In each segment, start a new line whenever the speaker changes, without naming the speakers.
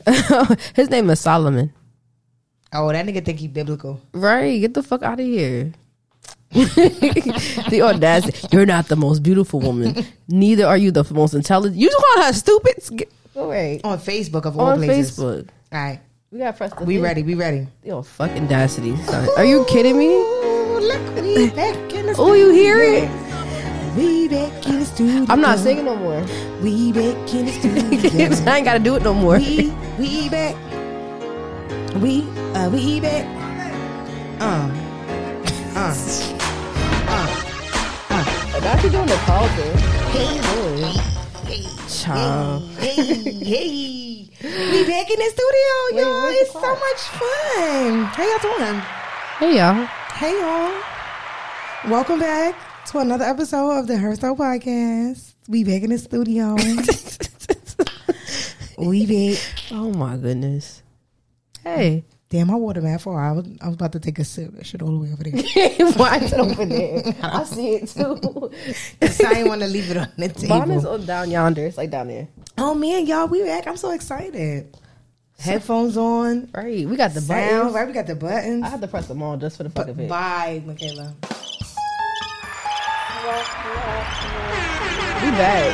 His name is Solomon.
Oh, that nigga think he biblical.
Right. Get the fuck out of here. the audacity. You're not the most beautiful woman. Neither are you the most intelligent. You call her stupid? Get- All right.
On Facebook of all
On
places.
Facebook.
All right.
We got to press the
We
thing.
ready, we ready.
Yo, fucking audacity. son. Are you kidding me?
Ooh, look, we back in the
Oh, you hear it?
it? We back in the studio.
I'm not singing no more.
We back in the studio.
I ain't got to do it no more.
we we back. We uh we back. Uh uh
Not you doing the call thing.
hey boy. Hey,
Child.
hey, hey. We back in the studio,
Wait,
y'all.
where's the
It's so
clock?
much fun. How y'all doing?
Hey, y'all.
Hey y'all. Welcome back to another episode of the Herso Podcast. We back in the studio. we back.
oh, my goodness. Hey.
Damn, my water man for I was I was about to take a sip. That shit all the way over there.
Why is it over there? I see it too.
So I didn't want to leave it on the
Mine is
table.
on down yonder. It's like down there.
Oh man, y'all, we back. I'm so excited. Headphones on.
Right. We got the
Sound,
buttons.
right? We got the buttons.
I had to press them all just for the fuck of it.
Bye, Michaela.
We back.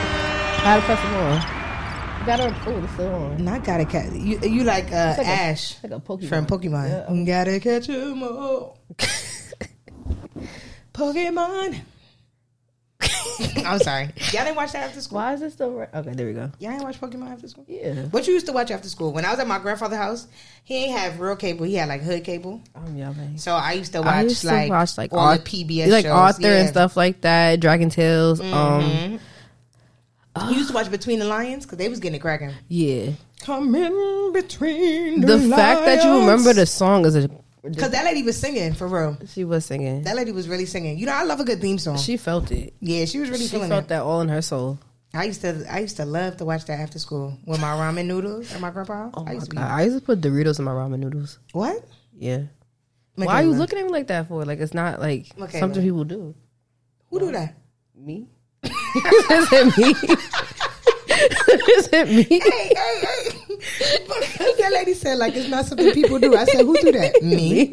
I had to press them on. You gotta, oh, it's still on.
Not gotta catch you. You like uh,
like a-
Ash
It's like a Pokemon.
from Pokemon.
Yeah.
You Gotta catch 'em all. Pokemon. I'm sorry. Y'all didn't watch that after school.
Why is it still right? Okay, there we go.
Y'all didn't watch Pokemon after school.
Yeah.
What you used to watch after school? When I was at my grandfather's house, he ain't have real cable. He had like hood cable.
I'm yelling.
So I used to watch
I used
like
to watch like
all
Au-
the PBS
like
shows.
author
yeah.
and stuff like that. Dragon Tales. Um,
Mm-hmm. You used to watch Between the Lions because they was getting it cracking.
yeah.
Come in between
The fact that you remember the song is a
because that lady was singing for real.
she was singing.
That lady was really singing. You know, I love a good theme song.
She felt it.
yeah, she was really
She
feeling
felt that all in her soul.
it. I used to, I used to love to watch that after school with my ramen noodles at my grandpa. house. I
I
used to be
I used to put Doritos in my ramen noodles.
what?
Yeah. Why are you
Michaela,
looking at me like that for? Like it's not like
Okay,
something
look.
people do.
Who do that?
Me? is it me? is it me?
Hey, hey, hey! Because that lady said like it's not something people do. I said, who do that? Me.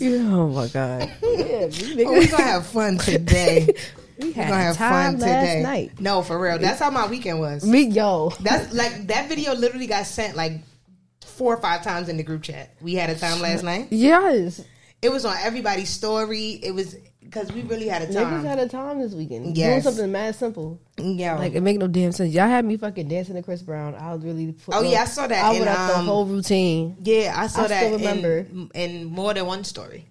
Yeah, oh my god. Yeah, we,
Oh, we gonna have fun today.
we
We're
had
gonna have
time
fun
last
today.
night.
No, for real. That's how my weekend was.
Me yo.
That's like that video literally got sent like four or five times in the group chat. We had a time last night.
Yes.
It was on everybody's story. It was because we really had a
Niggas
time.
had a time this weekend. Doing
Yes.
something mad simple.
Yeah.
Like it make no damn sense. Y'all had me fucking dancing to Chris Brown. I was really
Oh, yeah, I saw that
I
in,
went out the
um,
whole routine.
yeah, I saw
I
that
still
in-
remember.
in, more than one story.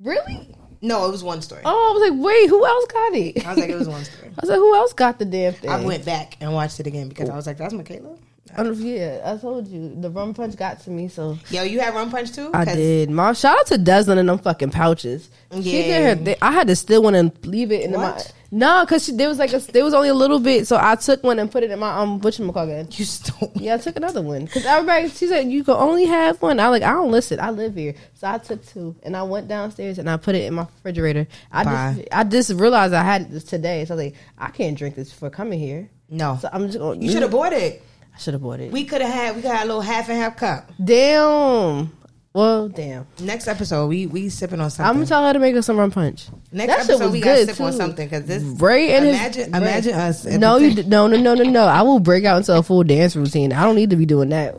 Really?
No, it was one story.
Oh, I was like, wait, who else got it?
I was like, it was one story.
I was like, who else got the damn thing?
I went back and watched it again because I was like, that's Michaela.
I don't- yeah, I told you the rum punch got to me. So
Yo, you had Run Punch too?
I
'Cause-
did. Mom, shout out to Deslin and them fucking pouches. She did her.
Yeah.
Thing. I had to steal one and leave it in my.
What?
No, cause she, there was like a, there was only a little bit, so I took one and put it in my um whatchamacallit.
You stole.
Yeah, I took another one because everybody. She said you can only have one. I like I don't listen. I live here, so I took two and I went downstairs and I put it in my refrigerator. I
Bye.
just I just realized I had this today, so I was like I can't drink this for coming here.
No.
So I'm just going.
You should have bought it.
I should have bought it.
We could have had. We got a little half and half cup.
damn. Well, damn.
Next episode, we we sipping on
I'm
something.
gonna tell her to make us some rum punch.
Next
That shit
episode,
was
we gotta
good,
sip on
too.
something because this.
Ray and his-
imagine,
Ray.
imagine us. at
No,
the
you
same-
d- no no no no no. I will break out into a full dance routine. I don't need to be doing that.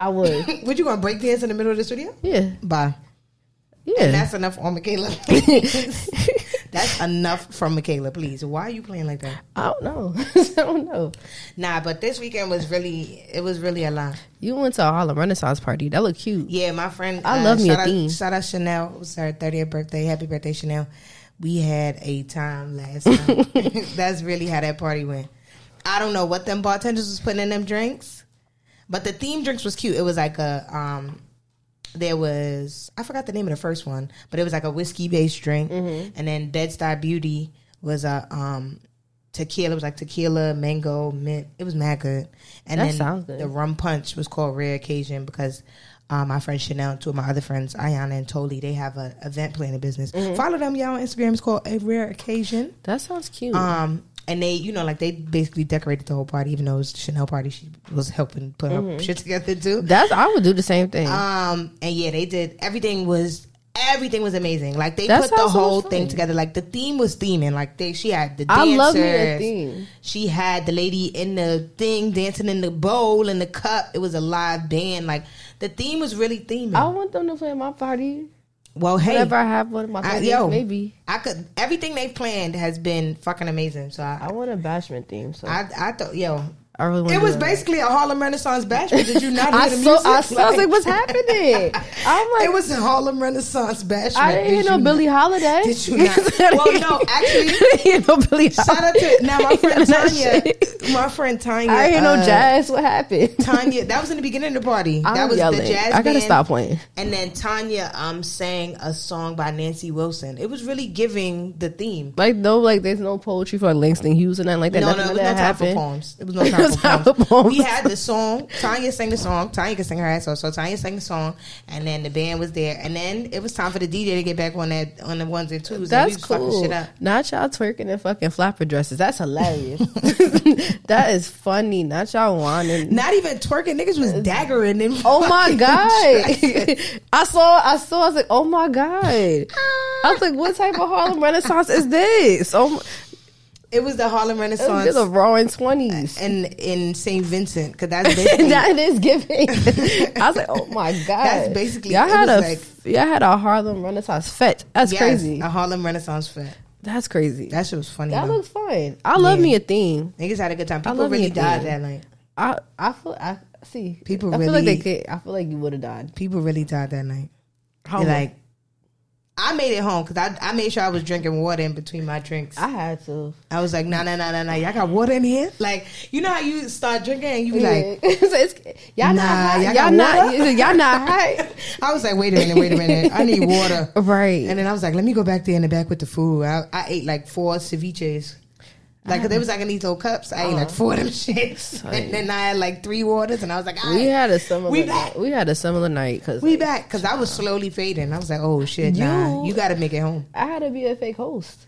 I would.
What you gonna break dance in the middle of the studio?
Yeah.
Bye.
Yeah.
That's enough on Michaela. That's enough from Michaela. Please, why are you playing like that?
I don't know. I don't know.
Nah, but this weekend was really. It was really a lot.
You went to a Harlem Renaissance party. That looked cute.
Yeah, my friend. uh,
I love me
shout
a
out,
theme.
Shout out Chanel. It was her 30th birthday. Happy birthday, Chanel. We had a time last night. That's really how that party went. I don't know what them bartenders was putting in them drinks, but the theme drinks was cute. It was like a um. There was I forgot the name of the first one, but it was like a whiskey based drink,
Mm-hmm.
and then Dead Star Beauty was a um tequila. It was like tequila, mango, mint. It was mad good. And
That
then
sounds good.
the rum punch was called Rare Occasion because uh, my friend Chanel and two of my other friends, Ayana and Toli, they have
Mm-hmm.
an event planning business. Follow them, y'all, on Instagram. It's called A Rare Occasion.
That sounds cute.
Um, and they, you know, like they basically decorated the whole party, even though it was Chanel party. She was helping put her
Mm-hmm.
shit together too.
That's I would do the same thing.
Um, and yeah, they did. Everything was everything was amazing. Like they
That
put the
sounds so much
whole
fun.
thing together. Like the theme was theming. Like they, she had the
I
dancers.
love me a theme.
She had the lady in the thing dancing in the bowl and the cup. It was a live band. Like the theme was really theming.
I want them to play at my party.
well, hey,
Whenever I have one of my
I-
parties,
yo.
maybe
I could. Everything they've planned has been fucking amazing. So I,
I want a bashment theme. So I,
I, I thought, yo,
really want.
it was basically a Harlem Renaissance bash. but Did you not hear
Oh, I
the
saw.
music?
I, saw, I was like, "What's happening?" I'm like,
it was a Harlem Renaissance bash.
I didn't hear no Billie Holiday.
Did you not? Well, no, actually-
I didn't hear no Billie
Shout out to now my friend
That
Tanya.
shit.
My friend Tanya.
I didn't hear no
uh,
jazz. What happened?
Tanya, that was in the beginning of the party.
I'm
that was
yelling.
the jazz.
I gotta
band.
stop playing.
And then Tanya um sang a song by Nancy Wilson. It was really giving the theme.
Like no, like there's no poetry for like Langston Hughes or nothing like that.
no,
Nothing
no,
like
it was no
that
time for
happened.
poems. It was no
It
time,
was
for,
time
poems.
for poems.
We had the song. Tanya sang the song. Tanya could sing her ass off. So Tanya sang the song, and then the band was there, and then it was time for the DJ to get back on that on the ones and twos. and we
That's
was fucking
cool.
Shit up.
Not y'all twerking in fucking flapper dresses. That's hilarious. that is funny. Not y'all whining.
Not even twerking. Niggas was daggering. In
Oh my
fucking dresses.
god! I saw. I saw. I was like, oh my god! I was like, what type of Harlem Renaissance is this? Oh, my-
It was the Harlem
it was
Renaissance
the roaring twenties.
and in St. Vincent because that's basically
that is giving. I was like, oh my god!
That's basically-
y'all
it
had a
was like-
y'all had a Harlem Renaissance fete. That's
yes,
crazy.
a Harlem Renaissance fair.
That's crazy.
That shit was funny.
That
though.
looks fun. I love
Yeah.
me a theme.
Niggas had a good time. People
love me
really
a theme.
died that night.
I I feel I see
People
I feel like they
really-
could. I feel like you would have died.
People really died that night.
How
They like, I made it home because I, I made sure I was drinking water in between my drinks.
I had to.
I was like, nah, nah, nah, nah, nah. Y'all got water in here? Like, you know how you start drinking and you be like,
Yeah. So it's- y'all
Nah,
not hot.
y'all
Y'all,
got
not.
water?
Y'all not hot.
I was like, wait a minute, wait a minute. I need water.
Right.
And then I was like, let me go back there in the back with the food. I, I ate like four ceviches. Like, cause they was like in these little cups. I ate
Oh.
like four of them shits. And then I had like three waters and I was like,
we
"Alright,
had a similar.
We
night.
back.
We had a similar night because
We back. Because I was slowly fading. I was like, oh shit, nah.
You-
You got to make it home.
I had to be a fake host.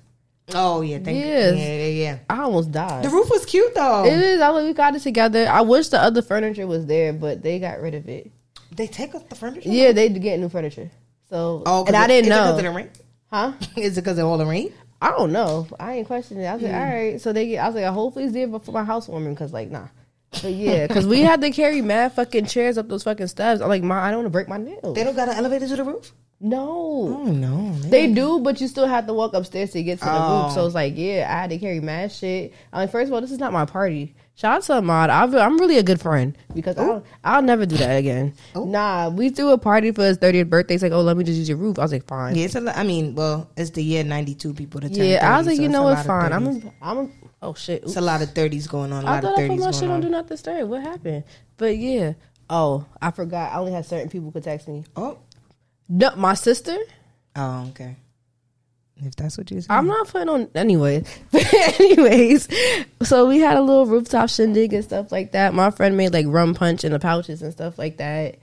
Oh, yeah. Thank
Yes.
you. Yeah, yeah, yeah.
I almost died.
The roof was cute though.
it is. I like we got it together. I wish the other furniture was there, but they got rid of it.
they take off the furniture?
Yeah, they get new furniture. So
Oh, 'cause
and I
it-
didn't
is
know,
It 'cause of the rain?
huh?
Is it because of all the rain?
I don't know. I ain't questioning it. I was
Hmm.
like, all right. So they get. I was like, I hope it's there before my housewarming because like nah. But yeah, because we had to carry mad fucking chairs up those fucking steps. I'm like, ma, I don't want to break my nails.
They don't got an elevator to the roof?
no.
Oh, no.
They do, but you still have to walk upstairs to get to the
Oh.
roof. So it's like, yeah, I had to carry mad shit. I mean, first of all, this is not my party. Shout out to Ahmad. I've, I'm really a good friend because I'll, I'll never do that again. Nah, we threw a party for his 30th birthday. It's like, oh, let me just use your roof. I was like, fine. Yeah,
Yeah, it's a lot. I mean, well, it's the year 92 people to turn
I was like,
30, so
you
it's
know
a
what?
lot of
Fine.
30s.
I'm a, I'm a, oh shit.
It's a lot of 30s going on. A
I
lot of
thought I put my
30s going
shit on
on.
Do Not Disturb. What happened? But yeah. Oh, I forgot. I only had certain people could text me.
oh.
No, my sister.
oh, okay. If that's what you're saying.
I'm not putting on anyway. But anyways, so we had a little rooftop shindig and stuff like that. My friend made like rum punch in the pouches and stuff like that.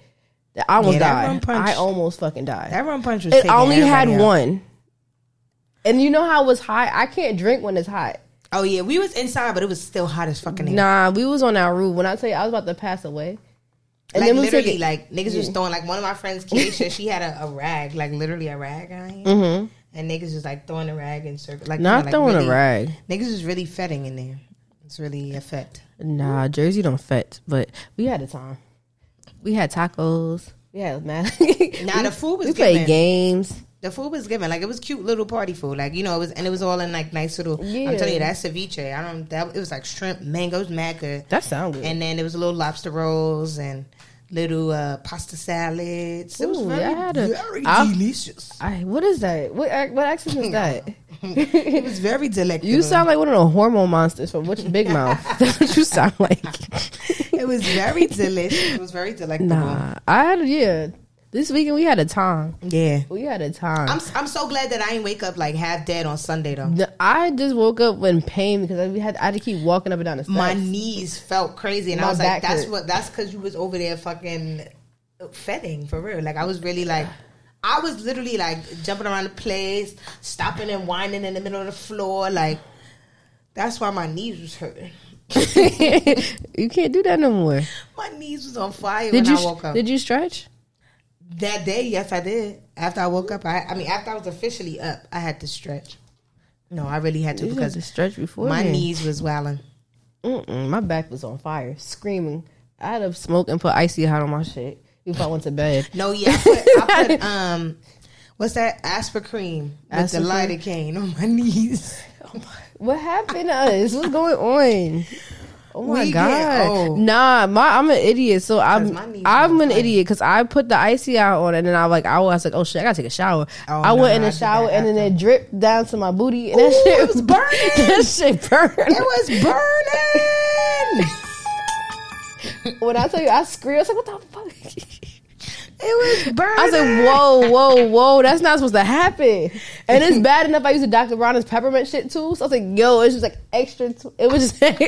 I almost
Yeah, that
died.
rum punch-
I almost fucking died.
that rum punch was
it
taking
only had
everybody out.
one. And you know how it was hot? I can't drink when it's hot.
Oh, yeah. We was inside, but it was still hot as fucking hell.
Nah, we was on our roof. When I tell you I was about to pass away. And
like
then we took
literally,
it.
like niggas was throwing like one of my friends, Keisha, she had a, a rag, like literally a rag on here, and niggas was like throwing a rag in circle, like you know,
Mm-hmm. not
like,
throwing
really-
a rag.
Niggas was really fetting in there. It's really a fet.
Nah, Jersey don't fetch, but we had a time. We had tacos. We had mad.
Nah, the food was
we played
given.
games.
The food was given like it was cute little party food, like you know it was, and it was all in like nice little.
Yeah.
I'm telling you that ceviche. I don't. That it was like shrimp, mangoes, mac, uh,
That sound good.
and then there was a little lobster rolls and little uh, pasta salads. it was
Ooh,
very,
I had a-
very
I-
delicious.
I, what is that? What ac- what accent is that?
It was very delectable.
You sound like one of the hormone monsters from which Big Mouth. That's what you sound like.
It was very delicious. It was very delectable.
nah, I had a- yeah. This weekend we had a time.
Yeah.
We had a time.
I'm I'm so glad that I ain't wake up like half dead on Sunday though.
The- I just woke up in pain because I we had I had to keep walking up and down the steps.
My knees felt crazy, and
My
I was
back
like, "That's
hurt.
what. That's because you was over there fucking fetting for real." Like I was really like, I was literally like jumping around the place, stopping and whining in the middle of the floor, like. That's why my knees was hurting.
you can't do that no more.
My knees was on fire
Did
when
you
I woke up.
did you stretch?
that day, yes, I did. After I woke up, I I mean, after I was officially up, I had to stretch. No, I really had to
You had
because
to stretch before
my
then.
knees was wailing.
Mm-mm, my back was on fire, screaming. I'd have smoked and put icy hot on my shit if I went to bed.
No, yeah, I put, I put um, what's that? Aspirin with the
Aspirin?
lidocaine on my knees.
Oh What happened to us? What's going on? Oh my
We get
god!
old.
Nah, my I'm an idiot. So I'm
'Cause my knees
I'm
was
an
like-
idiot because I put the icy out on, and then I like I was like, oh shit, I gotta take a shower.
Oh,
I went
no,
in the
I did that
shower, and then
after.
it dripped down to my booty, and that
Ooh,
shit
it was burning.
that shit burned.
It was burning.
when I tell you, I screamed. I was like, what the fuck?
It was burning.
I was like, whoa, whoa, whoa, that's not supposed to happen. And it's bad enough I used to Dr. Bronner's peppermint shit too. So I was like, yo, it's just like extra, t- it was just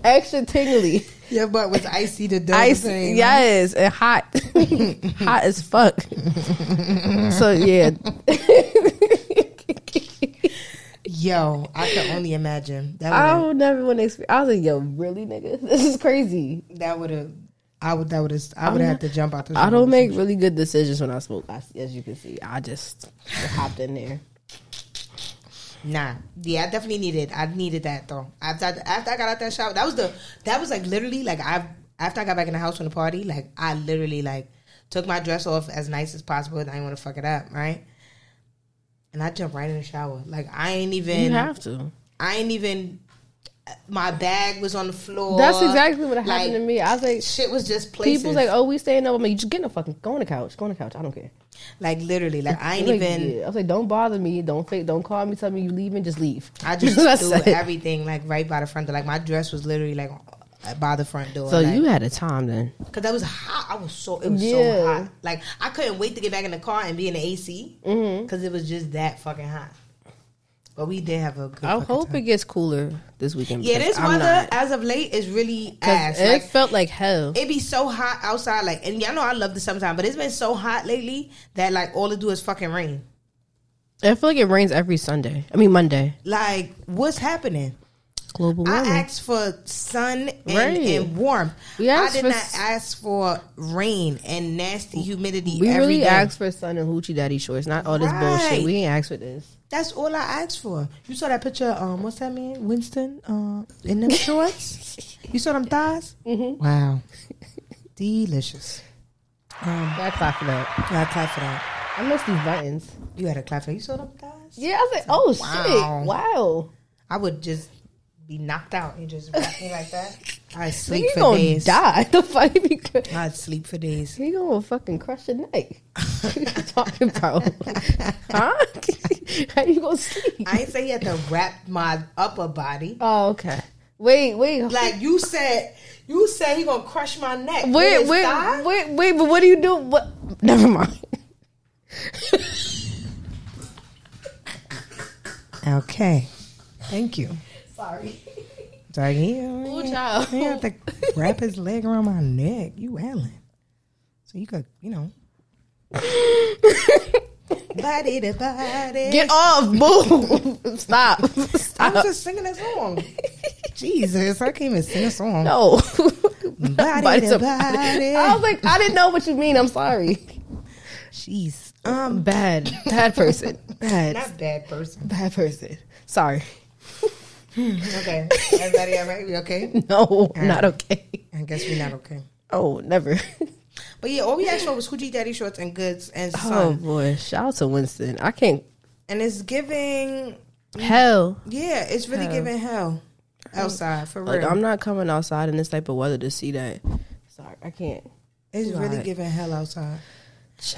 extra tingly.
Your butt was icy to double
Ice, yes, and hot. hot as fuck. so yeah.
Yo, I can only imagine. That
I
would
will never want to experience. I was like, yo, really, nigga? This is crazy.
that would have I would that would have I would have had to jump out the
I don't make really good decisions when I smoke, I- as you can see. I just hopped in there.
Nah. Yeah, I definitely needed I needed that though. After I, after I got out that shower, that was the that was like literally like I after I got back in the house from the party, like I literally like took my dress off as nice as possible and I didn't want to fuck it up, right? And I jumped right in the shower. Like I ain't even
you have to.
I ain't even uh, my bag was on the floor.
That's exactly what happened
like,
to me. I was like,
Shit was just places.
People's like, oh, we staying up. I'm like, you just get in the fucking, go on the couch, go on the couch. I don't care.
Like literally, like I ain't
Like,
even.
yeah. I was like, don't bother me. Don't fake. Don't call me. Tell me you leaving. Just leave.
I just
That's
threw
it.
everything like right by the front door. Like my dress was literally like by the front door.
So
like,
you had a time then.
because that was hot. I was so it was
Yeah.
so hot. Like I couldn't wait to get back in the car and be in the AC because
Mm-hmm.
it was just that fucking hot. But we did have a good.
I
fucking
hope
time.
it gets cooler this weekend.
Yeah,
because
this
I'm
weather
not-
as of late is really
'cause
ass.
It
Like
felt like hell.
it be so hot outside. Like and y'all know I love the summertime, but it's been so hot lately that like all it do is fucking rain.
I feel like it rains every Sunday. I mean Monday.
Like what's happening?
Global warming.
I asked for sun and,
Right.
and warmth.
We
I
asked
did
for
not
s-
ask for rain and nasty humidity.
we
every
really
day.
asked for sun and hoochie daddy shorts, not all this bullshit.
Right.
We ain't asked for this.
That's all I asked for. You saw that picture? Um, what's that man? Winston? Um, in them shorts? you saw them thighs? Mm-hmm. Wow, delicious. Um,
I clap for that.
you gotta clap for that.
I miss these buttons.
You gotta clap for. That. You saw them thighs?
Yeah, I was like, oh
Wow.
shit, wow.
I would just be knocked out and just rock me like that. I sleep
You
for
gonna
days.
die? The fuck? you gonna-
I'd sleep for days.
He gonna fucking crush your neck. What you talking about? huh? How you gonna sleep?
I ain't say you had to wrap my upper body.
oh, okay. Wait, wait,
Like you said, you said he gonna crush my neck. with
wait,
his
wait,
thigh?
wait, wait. But what do you do? What? Never mind.
Okay, thank you.
Sorry.
It's like, yeah,
Ooh,
yeah.
child.
He had to wrap his leg around my neck. You Allen. So you could, you know. body to body.
Get off! Move! Stop!
I'm
Stop!
just singing a song. Jesus, I can't even sing a song.
No.
Body
Body's
to
a body.
body.
I was like, I didn't know what you mean. I'm sorry.
Jeez. Um,
Bad, bad person. Bad,
not bad person.
bad person. Sorry.
Hmm, Okay. Everybody all right? We okay?
No, not okay.
I guess we're not okay.
Oh, never.
But yeah, all we asked for was hoochie daddy shorts and goods and
Oh
sun.
boy, shout out to Winston. I can't.
And it's giving,
Hell,
yeah, it's really giving hell outside, for real.
Oh. like I'm not coming outside in this type of weather to see that. Sorry, I can't.
It's really
Right.
giving hell outside,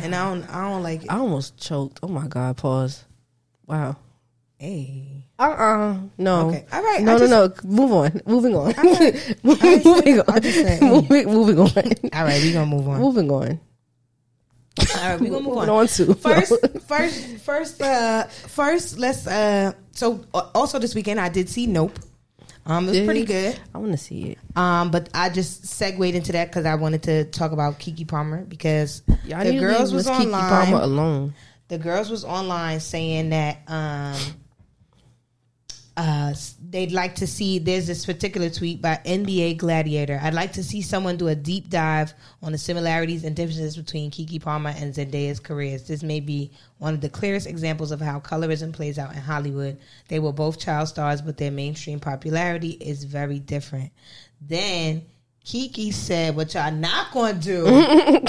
and I don't, I don't like it.
I almost choked. Oh my god. Pause. Wow.
Hey,
Uh uh No.
Uh-uh. Okay. All right,
No
I
no no. Move on. Moving on.
I
moving
said- I
on.
just said, mm.
moving, moving on.
all right, we gonna move on. All
moving on.
right, we gonna move
Moving
on.
to
First, first, first, uh, first. Let's. uh So, uh, also this weekend, I did see Nope. Um, it was
Did
pretty
you?
good.
I want to see it.
Um, but I just segued into that because I wanted to talk about Kiki Palmer because
Y'all
the
need to
girls
leave
was
Miss Kiki
online.
Palmer alone.
the girls was online saying that um uh, they'd like to see. There's this particular tweet by NBA Gladiator. I'd like to see someone do a deep dive on the similarities and differences between Kiki Palmer and Zendaya's careers. This may be one of the clearest examples of how colorism plays out in Hollywood. They were both child stars, but their mainstream popularity is very different. Then Kiki said, "What y'all not gonna do?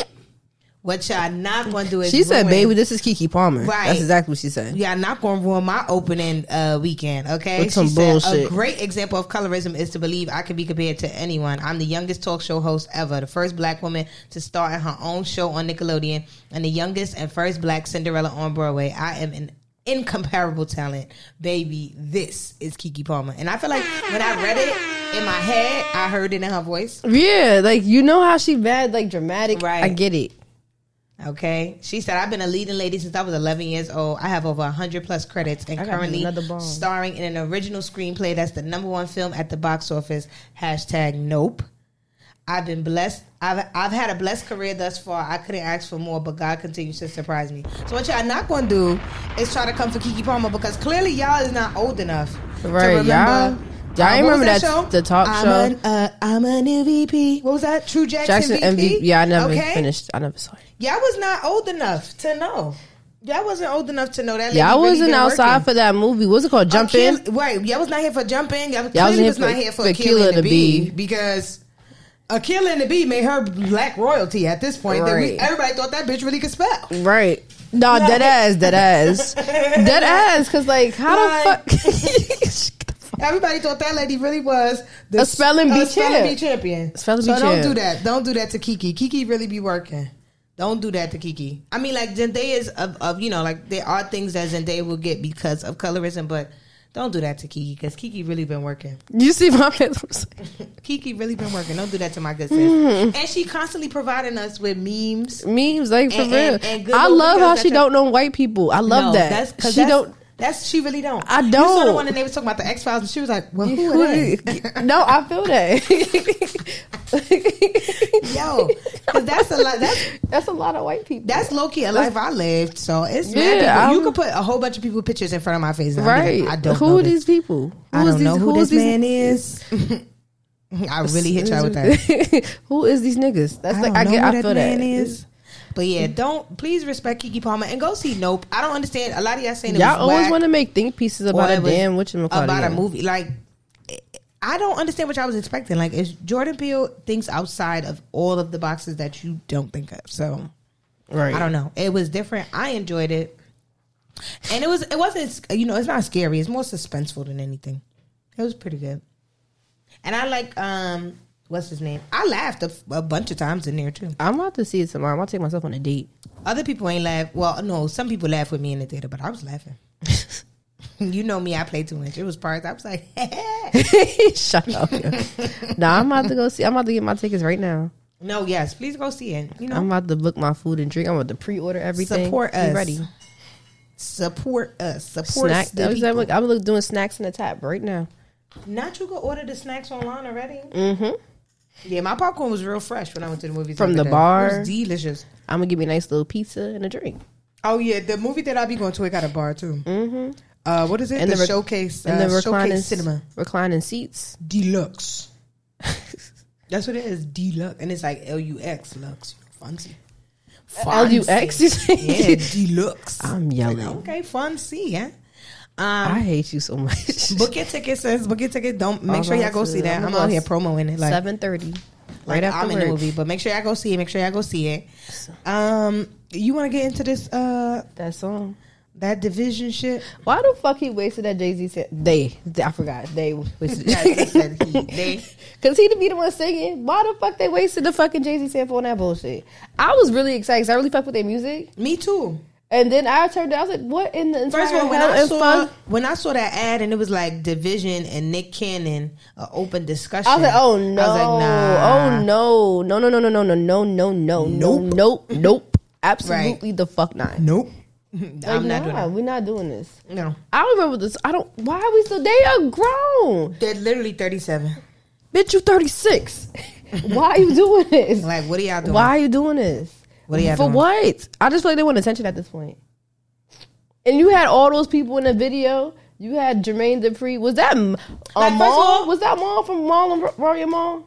what y'all not gonna do is
She said,
ruin-
"Baby, this is Kiki Palmer."
Right.
That's exactly what she said.
yeah, not gonna ruin my opening uh, weekend, okay?
With some bullshit.
a great example of colorism is to believe I could be compared to anyone. I'm the youngest talk show host ever, the first black woman to star in her own show on Nickelodeon, and the youngest and first black Cinderella on Broadway. I am an incomparable talent, baby. This is Kiki Palmer, and I feel like when I read it in my head, I heard it in her voice.
Yeah, like you know how she bad, like dramatic.
Right.
I get it.
Okay. She said, I've been a leading lady since I was 11 years old. I have over 100 plus credits and
I gotta
currently
do another bomb.
starring in an original screenplay that's the number one film at the box office. Hashtag nope. I've been blessed. I've, I've had a blessed career thus far. I couldn't ask for more, but God continues to surprise me. So, what y'all not going to do is try to come for Kiki Palmer because clearly y'all is not old enough. to
Right,
remember,
y'all- y'all
uh, what
remember
was
that- the talk
I'm
show?
An, uh, I'm a new VP. What was that? True Jackson,
Jackson MVP. Yeah, I never
Okay?
finished. I never saw it.
Y'all was not old enough to know. Y'all wasn't old enough to know that.
Yeah, I
lady really
wasn't
been
outside
working.
for that movie. What's it called? Jump in.
Akil- Right, y'all was not here for jumping. Y'all,
Y'all
clearly
was
was,
here for-
not here for,
for Akilah
a Akilah and
to
the bee.
be.
because Akilah and the bee made her black royalty at this point. That
Right.
we, everybody thought that bitch really could spell.
Right. No, dead ass, dead ass, dead ass. Cause like, how
Like-
the fuck?
Everybody thought that lady really was the
A spelling bee
a spelling
champ.
bee champion.
Spelling
so
bee
don't
champ.
do that. Don't do that to Kiki. Kiki really be working. Don't do that to Kiki. I mean, like Zendaya is of, of you know, like there are things that Zendaya will get because of colorism, but don't do that to Kiki because Kiki really been working.
you see my face?
Kiki really been working. Don't do that to my good
Mm-hmm.
sis. and she constantly providing us with memes.
Memes like for
And-
real.
and- and good
I
little
love
girls
how
that
she
you-
don't know white people. I love
No,
that.
That's, 'cause
she
that's-
don't.
That's she really don't.
I
You saw the
don't.
one that they was talking about the X Files, and she was like, "Well, who,
Who
it is?"
is- no, I feel that.
Yo, 'cause that's a lot. That's
that's a lot of white people.
That's low key a life I lived. So it's mad
Yeah,
people. You
I'm-
could put a whole bunch of people pictures in front of my face. and I'd be
right.
like, I don't
who
know
are
this.
these people? Who
I
is
don't
these-
know who,
is
this
these-
man is. I really hit y'all with that.
who is these niggas? That's
I
like
don't
I
know
get.
who
I
that
feel
man
that. Mm.
is. But yeah, don't please respect Kiki Palmer and go see Nope. I don't understand. A lot of y'all saying it
Y'all
was
always
whack
want to make think pieces
or
about
it
a
was
damn what you
about a movie. Like I don't understand what y'all was expecting. Like it's Jordan Peele thinks outside of all of the boxes that you don't think of. So
Right.
I don't know. It was different. I enjoyed it, and it was it wasn't you know it's not scary. It's more suspenseful than anything. It was pretty good, and I like um what's his name. I laughed a, a bunch of times in there too.
I'm about to see it tomorrow. I'm about to take myself on a date.
Other people ain't laugh. Well, no, some people laugh with me in the theater, but I was laughing. you know me, I play too much. It was parts. I was like,
Shut up. yo. nah, I'm about to go see. I'm about to get my tickets right now.
no, yes, please go see it. You know,
I'm about to book my food and drink. I'm about to pre-order everything.
Support
Be
us.
ready.
support us. Support
Snack.
the
I'm,
people.
like, I'm look- doing snacks in the tap right now.
Not you go order the snacks online already.
Mm-hmm.
Yeah, my popcorn was real fresh when I went to the movies.
From
other
the
day.
bar?
It was delicious.
I'm gonna give me a nice little pizza and a drink.
Oh yeah, the movie that I be going to it got a bar too.
Mm-hmm.
Uh, what is it?
And
the,
the rec-
showcase
And
uh,
then reclining
showcase cinema
reclining seats.
deluxe. That's what it is, deluxe, and it's like L U X lux, fancy. Fancy.
LUX, you say?
yeah, deluxe.
I'm yelling.
Okay, fancy, yeah.
I
Um,
hate you so much.
book your tickets, sis. Book your ticket. Don't make
I'm
sure y'all
about
go
to.
see that.
I'm
I'm,
about
out here
to-
promoting it, like
Seven thirty,
right
right
after I'm
after
in the
work.
movie. But make sure y'all go see it. Make sure y'all go see it. Um, you want to get into this uh
That song.
that division shit?
Why the fuck he wasted that Jay Z? Sa- they, they, I forgot. They wasted.
Yeah, he said he- they.
Cause he to be the one singing. Why the fuck they wasted the fucking Jay Z sample on that bullshit? I was really excited. 'cause I really fucked with their music,
Me too.
and then I turned. I was like, "What in the entire
First of all, when
hell
I
and
saw
fuck?
when I saw that ad and it was like division and Nick Cannon, an open discussion.
I was like, "Oh no!
I was like, nah.
Oh no! No! No! No! No! No! No! No! No! No! No!
Nope.
Nope! Nope! Absolutely the fuck not!
nope,
Like,
I'm not doing
nah,
that.
We're not doing this.
No,
I don't remember this. I don't. Why are we still? They are grown,
they're literally 37.
bitch. You thirty six. why are you doing this?
Like, what are y'all doing?
Why are you doing this?
What are y'all
For
doing?
what? I just feel like they want attention at this point. And you had all those people in the video You had Jermaine Dupree. Was that um,
Like, first of
Maul?
all-
Was that Maul from Maul and Rory Maul?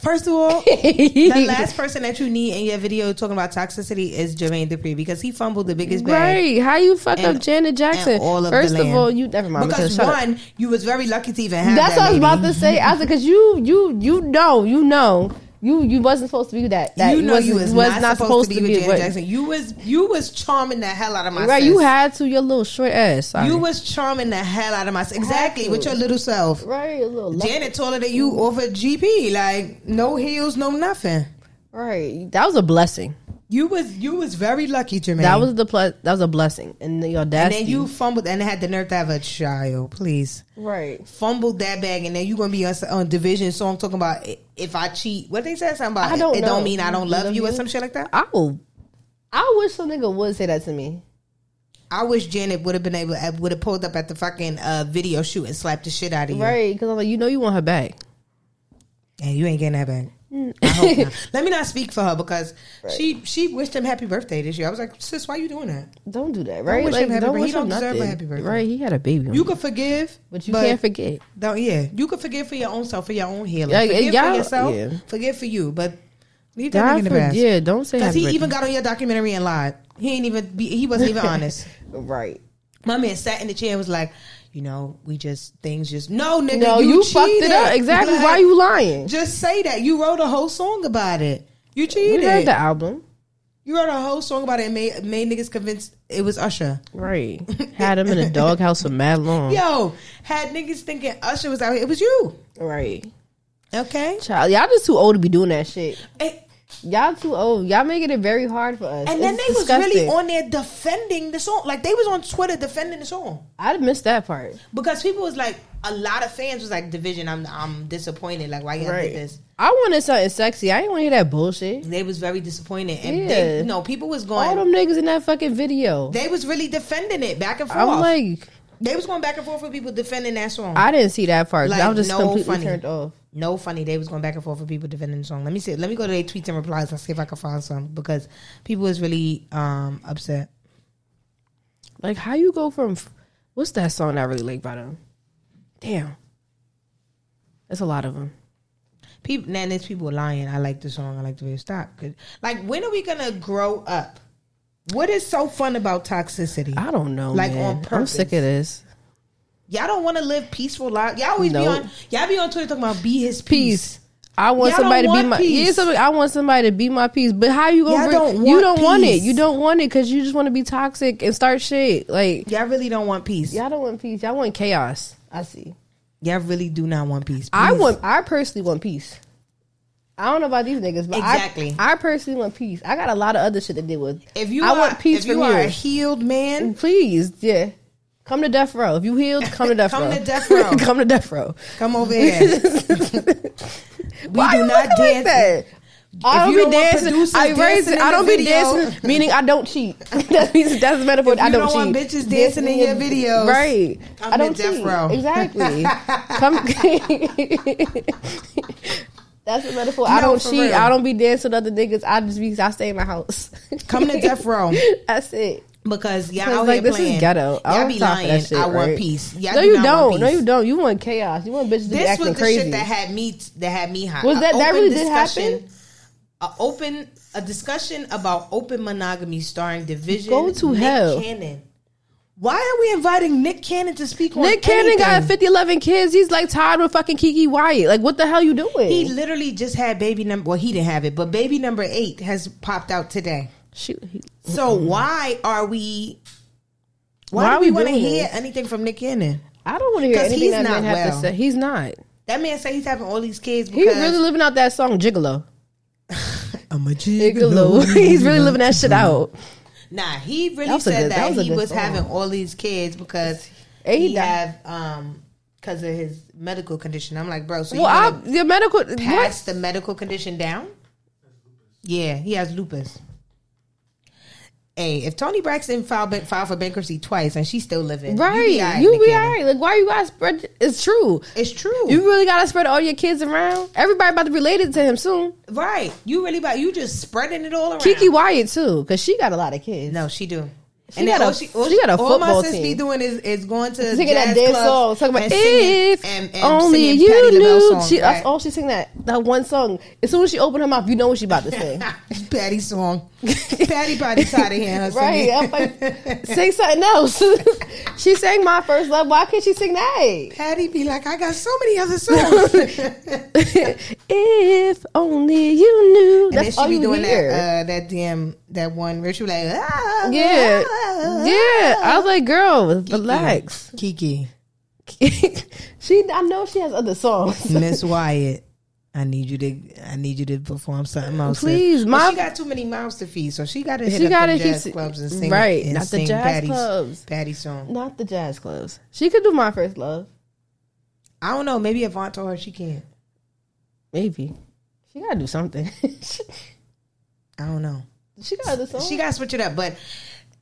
First of all,
the
the last person that you need in your video talking about toxicity is Jermaine Dupri because he fumbled the biggest bag.
Right? How you fucked
And-
up Janet Jackson?
and all of the
First of
land.
all, you never mind.
Because
shut up.
one, you was very lucky to even have
That's
that
what I was
lady.
about to say. I said, because you, you, you know, you know, you, you wasn't supposed to be that. That
you know
wasn't-
you was, not, supposed, to be with Janet
what-
Jackson. You was you was charming the hell out of my
Right?
sis.
You had to your little short ass. Sorry.
you was charming the hell out of my sis. exactly
to.
with your little self.
right, a little. lucky.
Janet taller than you over GP, like no heels, no nothing.
Right. That was a blessing.
You was you was very lucky, Jermaine.
That was the plus. That was a blessing, and the
and
audacity.
then you fumbled and had the nerve to have a child. Please
right.
fumbled that bag, and then you gonna be on, on division song talking about i- if I cheat. What they said something about
I don't
it
know.
don't mean I don't love,
Love
you, or
you?
some shit like that.
I will. I wish some nigga would say that to me.
I wish Janet would have been able would have pulled up at the fucking uh, video shoot and slapped the shit out of you.
Right? Because I'm like, you know, you want her back.
And you ain't getting that back.
Mm.
I hope not. Let me not speak for her because she she wished him happy birthday this year. I was like, sis, why you doing that?
Don't do that. Right?
wish
Like,
him happy
don't
birthday. He
wish him
don't deserve a
nothing.
happy birthday.
Right? He had a baby. on
You
him.
could forgive,
but you can't forget.
Don't yeah. You could forgive for your own self, for your own healing.
Like,
forgive
y'all-
for yourself.
yeah.
Forgive for you, but leave that nigga
God
in the past.
forbid. Don't say
Because
happy
he
birthday.
even got on your documentary and lied. He ain't even be, he wasn't even honest.
Right.
My man sat in the chair and was like, you know, we just things just no nigga.
No, you, fucked it up.
cheated.
Exactly.
Like,
Why you lying?
just say that? You wrote a whole song about it. You
You
cheated.
heard the album.
You wrote a whole song about it and made, made niggas convinced it was Usher.
Right. Had him in a doghouse for mad long.
Yo, had niggas thinking Usher was out here. It was you.
Right.
Okay.
Child, y'all just too old to be doing that shit.
And,
Y'all too old. Y'all making it very hard for us.
and then
It's
they was
disgusting.
really on there defending the song. Like they was on Twitter defending the song.
I'd missed that part.
Because people was like a lot of fans was like division, I'm I'm disappointed. Like why you all did this?
I wanted something sexy. I didn't want to hear that bullshit.
They was very disappointed. And
Yeah.
they, you know, people was
All
going
them niggas in that fucking video.
they was really defending it back and forth.
I'm like,
they was going back and forth with people defending that song.
I didn't see that part.
Like,
I was just
no
completely
funny.
turned off.
No funny. They was going back and forth with people defending the song. Let me see. Let me go to their tweets and replies and see if I can find some because people is really um upset.
Like, how you go from what's that song I really like by them? Damn, that's a lot of them.
People, man, there's people lying. I like the song. I like the way it stopped. 'Cause, Like, when are we gonna grow up? What is so fun about toxicity?
I don't know.
Like,
man.
on
I'm
purpose.
sick of this.
Y'all don't want to live peaceful lives. Y'all always be
Nope.
on. Y'all be on Twitter talking about be his
Peace.
peace.
I want
Y'all
somebody
don't
to be
want
my
peace.
yeah. Somebody, I want somebody to be my peace. But how you gonna?
Y'all
bring-
don't
you
want
don't want it.
peace.
You don't want it because you just want to be toxic and start shit. Like
Y'all really don't want peace.
y'all don't want peace. Y'all want chaos. I see.
Y'all really do not want peace.
I
Peace.
want. I personally want peace. I don't know about these niggas, but
Exactly.
I, I personally want peace. I got a lot of other shit to deal with.
If you,
I
are,
want peace
if you
from Mm.
are
you.
a healed man,
Please, yeah. Come to death row. If you healed, come to death
Come
row.
to death row.
come to death row.
come over here.
We Why
do
you
not
looking
dance-
Like that? I
you
don't be
don't want
dancing.
producers
I, raise
dancing
it.
in
I don't
the
be
video.
dancing, meaning I don't cheat. that means that's the metaphor.
If
I
you
don't,
don't want
cheat.
bitches dancing in your videos,
right?
come
I
to
don't
death
cheat.
row.
Exactly. come. that's the metaphor. I
No,
don't
for
cheat.
real.
I don't be dancing with other niggas. I just be. I stay in my house.
Come to death row.
That's it.
because y'all
Because,
out
like,
here
this is
playing.
ghetto. I
Y'all
don't
be
stop for that
lying.
shit,
I want
right?
peace. Y'all
no,
do
you
not
don't.
want
No,
peace.
you don't. You want chaos. You want bitches to be
This was
acting
the
crazy.
shit that had me that had me hot.
Was
A
that- that
open
really did
discussion-
happen?
A open a discussion about open monogamy starring division.
Go to
Nick
hell.
Cannon. Why are we inviting Nick Cannon to speak on
Nick Cannon got
anything?
50, 11 kids. He's like tired with fucking Kiki Wyatt. Like, what the hell you doing?
He literally just had baby number. Well, he didn't have it, but baby number eight has popped out today.
Shoot, he-
So why are we? Why,
Why are
do we,
we
want to
doing
hear
this?
anything from Nick Cannon?
I don't want to hear
'Cause
anything
he's
that man
not
have to
well.
say. He's not.
That man say he's having all these kids
He's
because
really living out that song Gigolo.
I'm a
Gigolo. He's really living that shit out.
Nah, he really
That was a
said
good-
that,
that was a
he
good
was
song.
having all these kids because
And he
he
died.
have um because of his medical condition. I'm like, bro, so
Well,
you
I,
gonna
your medical. What?
pass the medical condition down? Yeah, he has lupus. Hey, if Tony Braxton filed ban- filed for bankruptcy twice and she's still living,
Right.
all right,
You be
Nikita.
alright. Like, why you gotta spread? It's true.
It's true,
You really gotta spread all your kids around. Everybody about to be related to him soon.
right? You really about you just spreading it all around.
Kiki Wyatt too, because she got a lot of kids.
no, she do.
She got
then
a-
all
she got a
all
football
my sis be
team.
doing is, is going to
singing
jazz
that dead song,
clubs
talking about
and singing-
if
and, and
only
singing
you
Patti LaBelle
knew.
songs,
she,
right?
That's all she sing that that one song. As soon as she opened her mouth, you know what she about to say.
Patty song. Patty Patty tired of hearing her
right?
singing.
I'm like, sing something else. she sang my first love. Why can't she sing that?
Patty be like, I got so many other songs.
if only you knew.
and then
That's
she
all
be
you
doing
hear.
that uh, that damn that one where she be like, ah,
yeah,
ah,
yeah.
ah."
I was like, girl, relax.
Kiki,
she, I know she has other songs.
Miss Wyatt. I need you to I need you to perform something else.
Please,
But
my
she got too many mouths to feed, so she got to hit
She
up
gotta
the
hit
jazz
s-
clubs and sing
right,
and
not the
sing
jazz
Patty's,
clubs.
Patty's song.
not the jazz clubs. She could do my first love.
I don't know. Maybe if Aunt told her she can.
Maybe she gotta do something.
I don't know.
she got other songs.
She got to switch it up, but.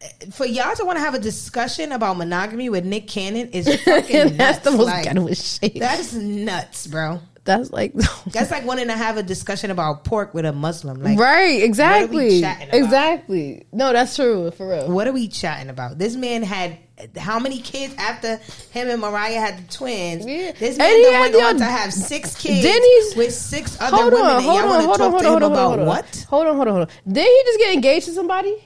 uh, For y'all to want to have a discussion about monogamy with Nick Cannon is fucking nuts.
that's the most
Like,
ghettoest shit.
that is nuts, bro.
that's like
That's like wanting to have a discussion about pork with a Muslim. Like,
right. Exactly.
chatting about?
Exactly. No, that's true for real.
what are we chatting about? This man had how many kids after him and Mariah had the twins?
Yeah.
This
And
man
he
the
had
one
the
want to
other-
have six kids
Then he's-
with six other
Hold
women.
on,
and
hold
y'all
on,
want to
hold on,
talk
hold
to
on, hold
him
on,
about
hold on.
what?
Hold on, hold on, hold on. Did he just get engaged to somebody?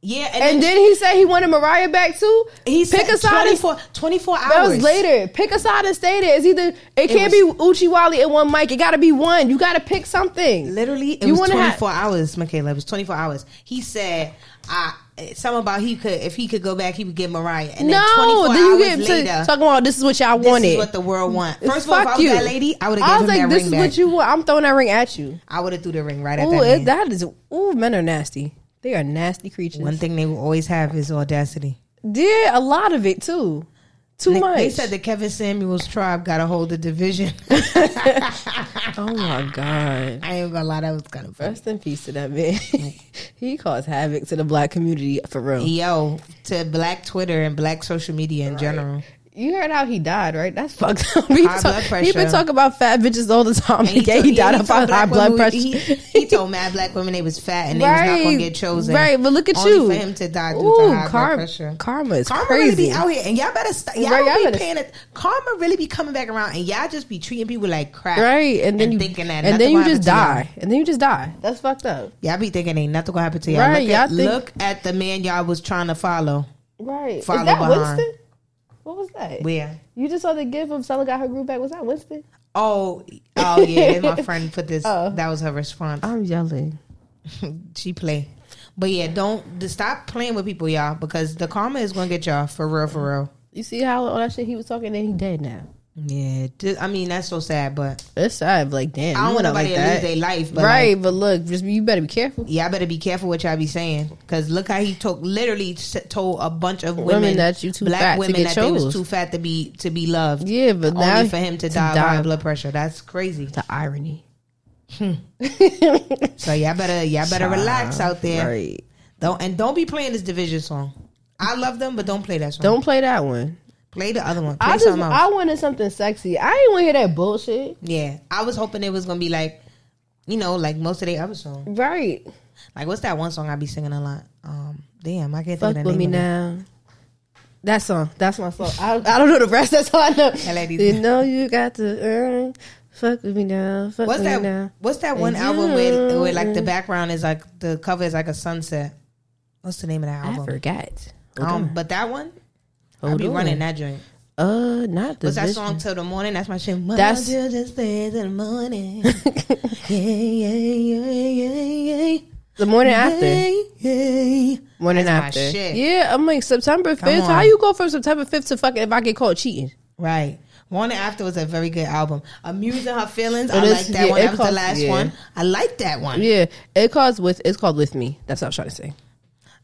Yeah, and,
And
then
then he said he wanted Mariah back too.
he
pick
said
a side. And,
24, 24 hours.
that was later. Pick a side and stay there. It's either it, can't be Uchi Wally and one Mike. It got to be one. You got to pick something.
Literally, it
You
was
wanna
twenty
have-
four hours, Michaela. It was twenty four hours. He said, "I." Something about he could if he could go back, he would get Mariah. And then
no,
24
then you
hours
get to
later,
talking about this is what y'all
this
wanted.
is what the world want. First of all,
Fuck
if I was
you.
that lady, I would
I
have
was
given
like,
him that
this
ring
is
back.
what you want. I'm throwing that ring at you.
I would have threw the ring right at
Ooh,
that
it,
man.
that is. Ooh, men are nasty. They are nasty creatures.
One thing they will always have is audacity.
yeah, a lot of it too. Too
They,
much.
they said the Kevin Samuels tribe got a hold of division.
oh my god.
I ain't gonna lie, that was kind of funny.
Rest in peace to that man. he caused havoc to the black community for real.
Yo, to black Twitter and black social media in general.
You heard how he died, right? That's fucked up. He,
High blood
he been
pressure.
talking about fat bitches all the time.
And
yeah,
told-
he died of
told
high
black
blood
women-
pressure.
He, he told mad black women they was fat and they was not gonna get chosen.
Right, but look at
Only
you.
for him to die due to
Ooh,
high blood
karma,
pressure.
Karma is
Karma
crazy.
really be out here, and y'all better st- y'all,
Right,
don't
y'all
be
better-
paying it. Karma really be coming back around, and y'all just be treating people like crap,
right, and then you
thinking that,
and
nothing
then you
gonna
just
happen to
die, and then you just die. That's fucked up.
Y'all. Y'all be thinking ain't nothing gonna happen to y'all.
Right,
look, at,
y'all think-
look at the man y'all was trying to follow.
Right,
Follow
is that
behind.
Winston? What was that?
Where?
You just saw the gift of Stella got her group back. Was that Winston?
Oh, oh yeah. my friend put this.
Oh.
That was her response.
I'm yelling.
she play, but yeah, don't just stop playing with people, y'all, because the karma is gonna get y'all for real, for real.
You see how all that shit he was talking, then he dead now.
Yeah, ju- I mean that's so sad, but
That's sad. Like damn,
I
you
don't want
went out like
nobody to
that.
lose their life. But
right,
right?
but look, just you better be careful.
y'all better be careful what y'all be saying, because look how he took literally s- told a bunch of women,
Women that you too fat to get
that they was
chose.
too fat to be to be loved.
Yeah, but
only
now
for him to,
to
die, of high
die.
blood pressure. That's crazy.
The irony. Hmm.
So y'all better y'all better relax out there.
Right.
Don't and don't be playing this division song. I love them, but don't play that song.
Don't play that one.
play the other one. Play
I just
something else.
I wanted something sexy. I didn't want to hear that bullshit.
yeah, I was hoping it was gonna be like, you know, like most of their other songs.
Right.
Like what's that one song I be singing a lot? Um, damn, I can't
Fuck
think of the
with me
name. of it.
now. That song. That's my song. I, I don't know the rest. That's all I know.
ladies.
You know you got to earn. Fuck with me now. Fuck
What's
with
that?
me now.
What's that one
And
album where, where like the
you-
background is like the cover is like a sunset? What's the name of that
I
album?
forgot. Hold
Um,
on.
but that one, I
Hold
be
on.
running that joint.
Uh, not the.
What's that song till the morning? That's my shit. Mama,
That's-
you just stay till the morning. yeah, yeah, yeah, yeah, yeah.
The morning after.
Yeah, yeah.
Morning
That's my
after.
shit.
Yeah, I'm like September
Come
5th. How
on.
you go from September 5th to fucking if I get caught cheating?
Right. Morning After was a very good album. Amusing Her Feelings.
It
I
is-
like that
Oh, yeah,
one.
it
That was the
cost-
last
yeah.
one. I like that one.
Yeah, it calls with it's called with me. That's what I was trying to say.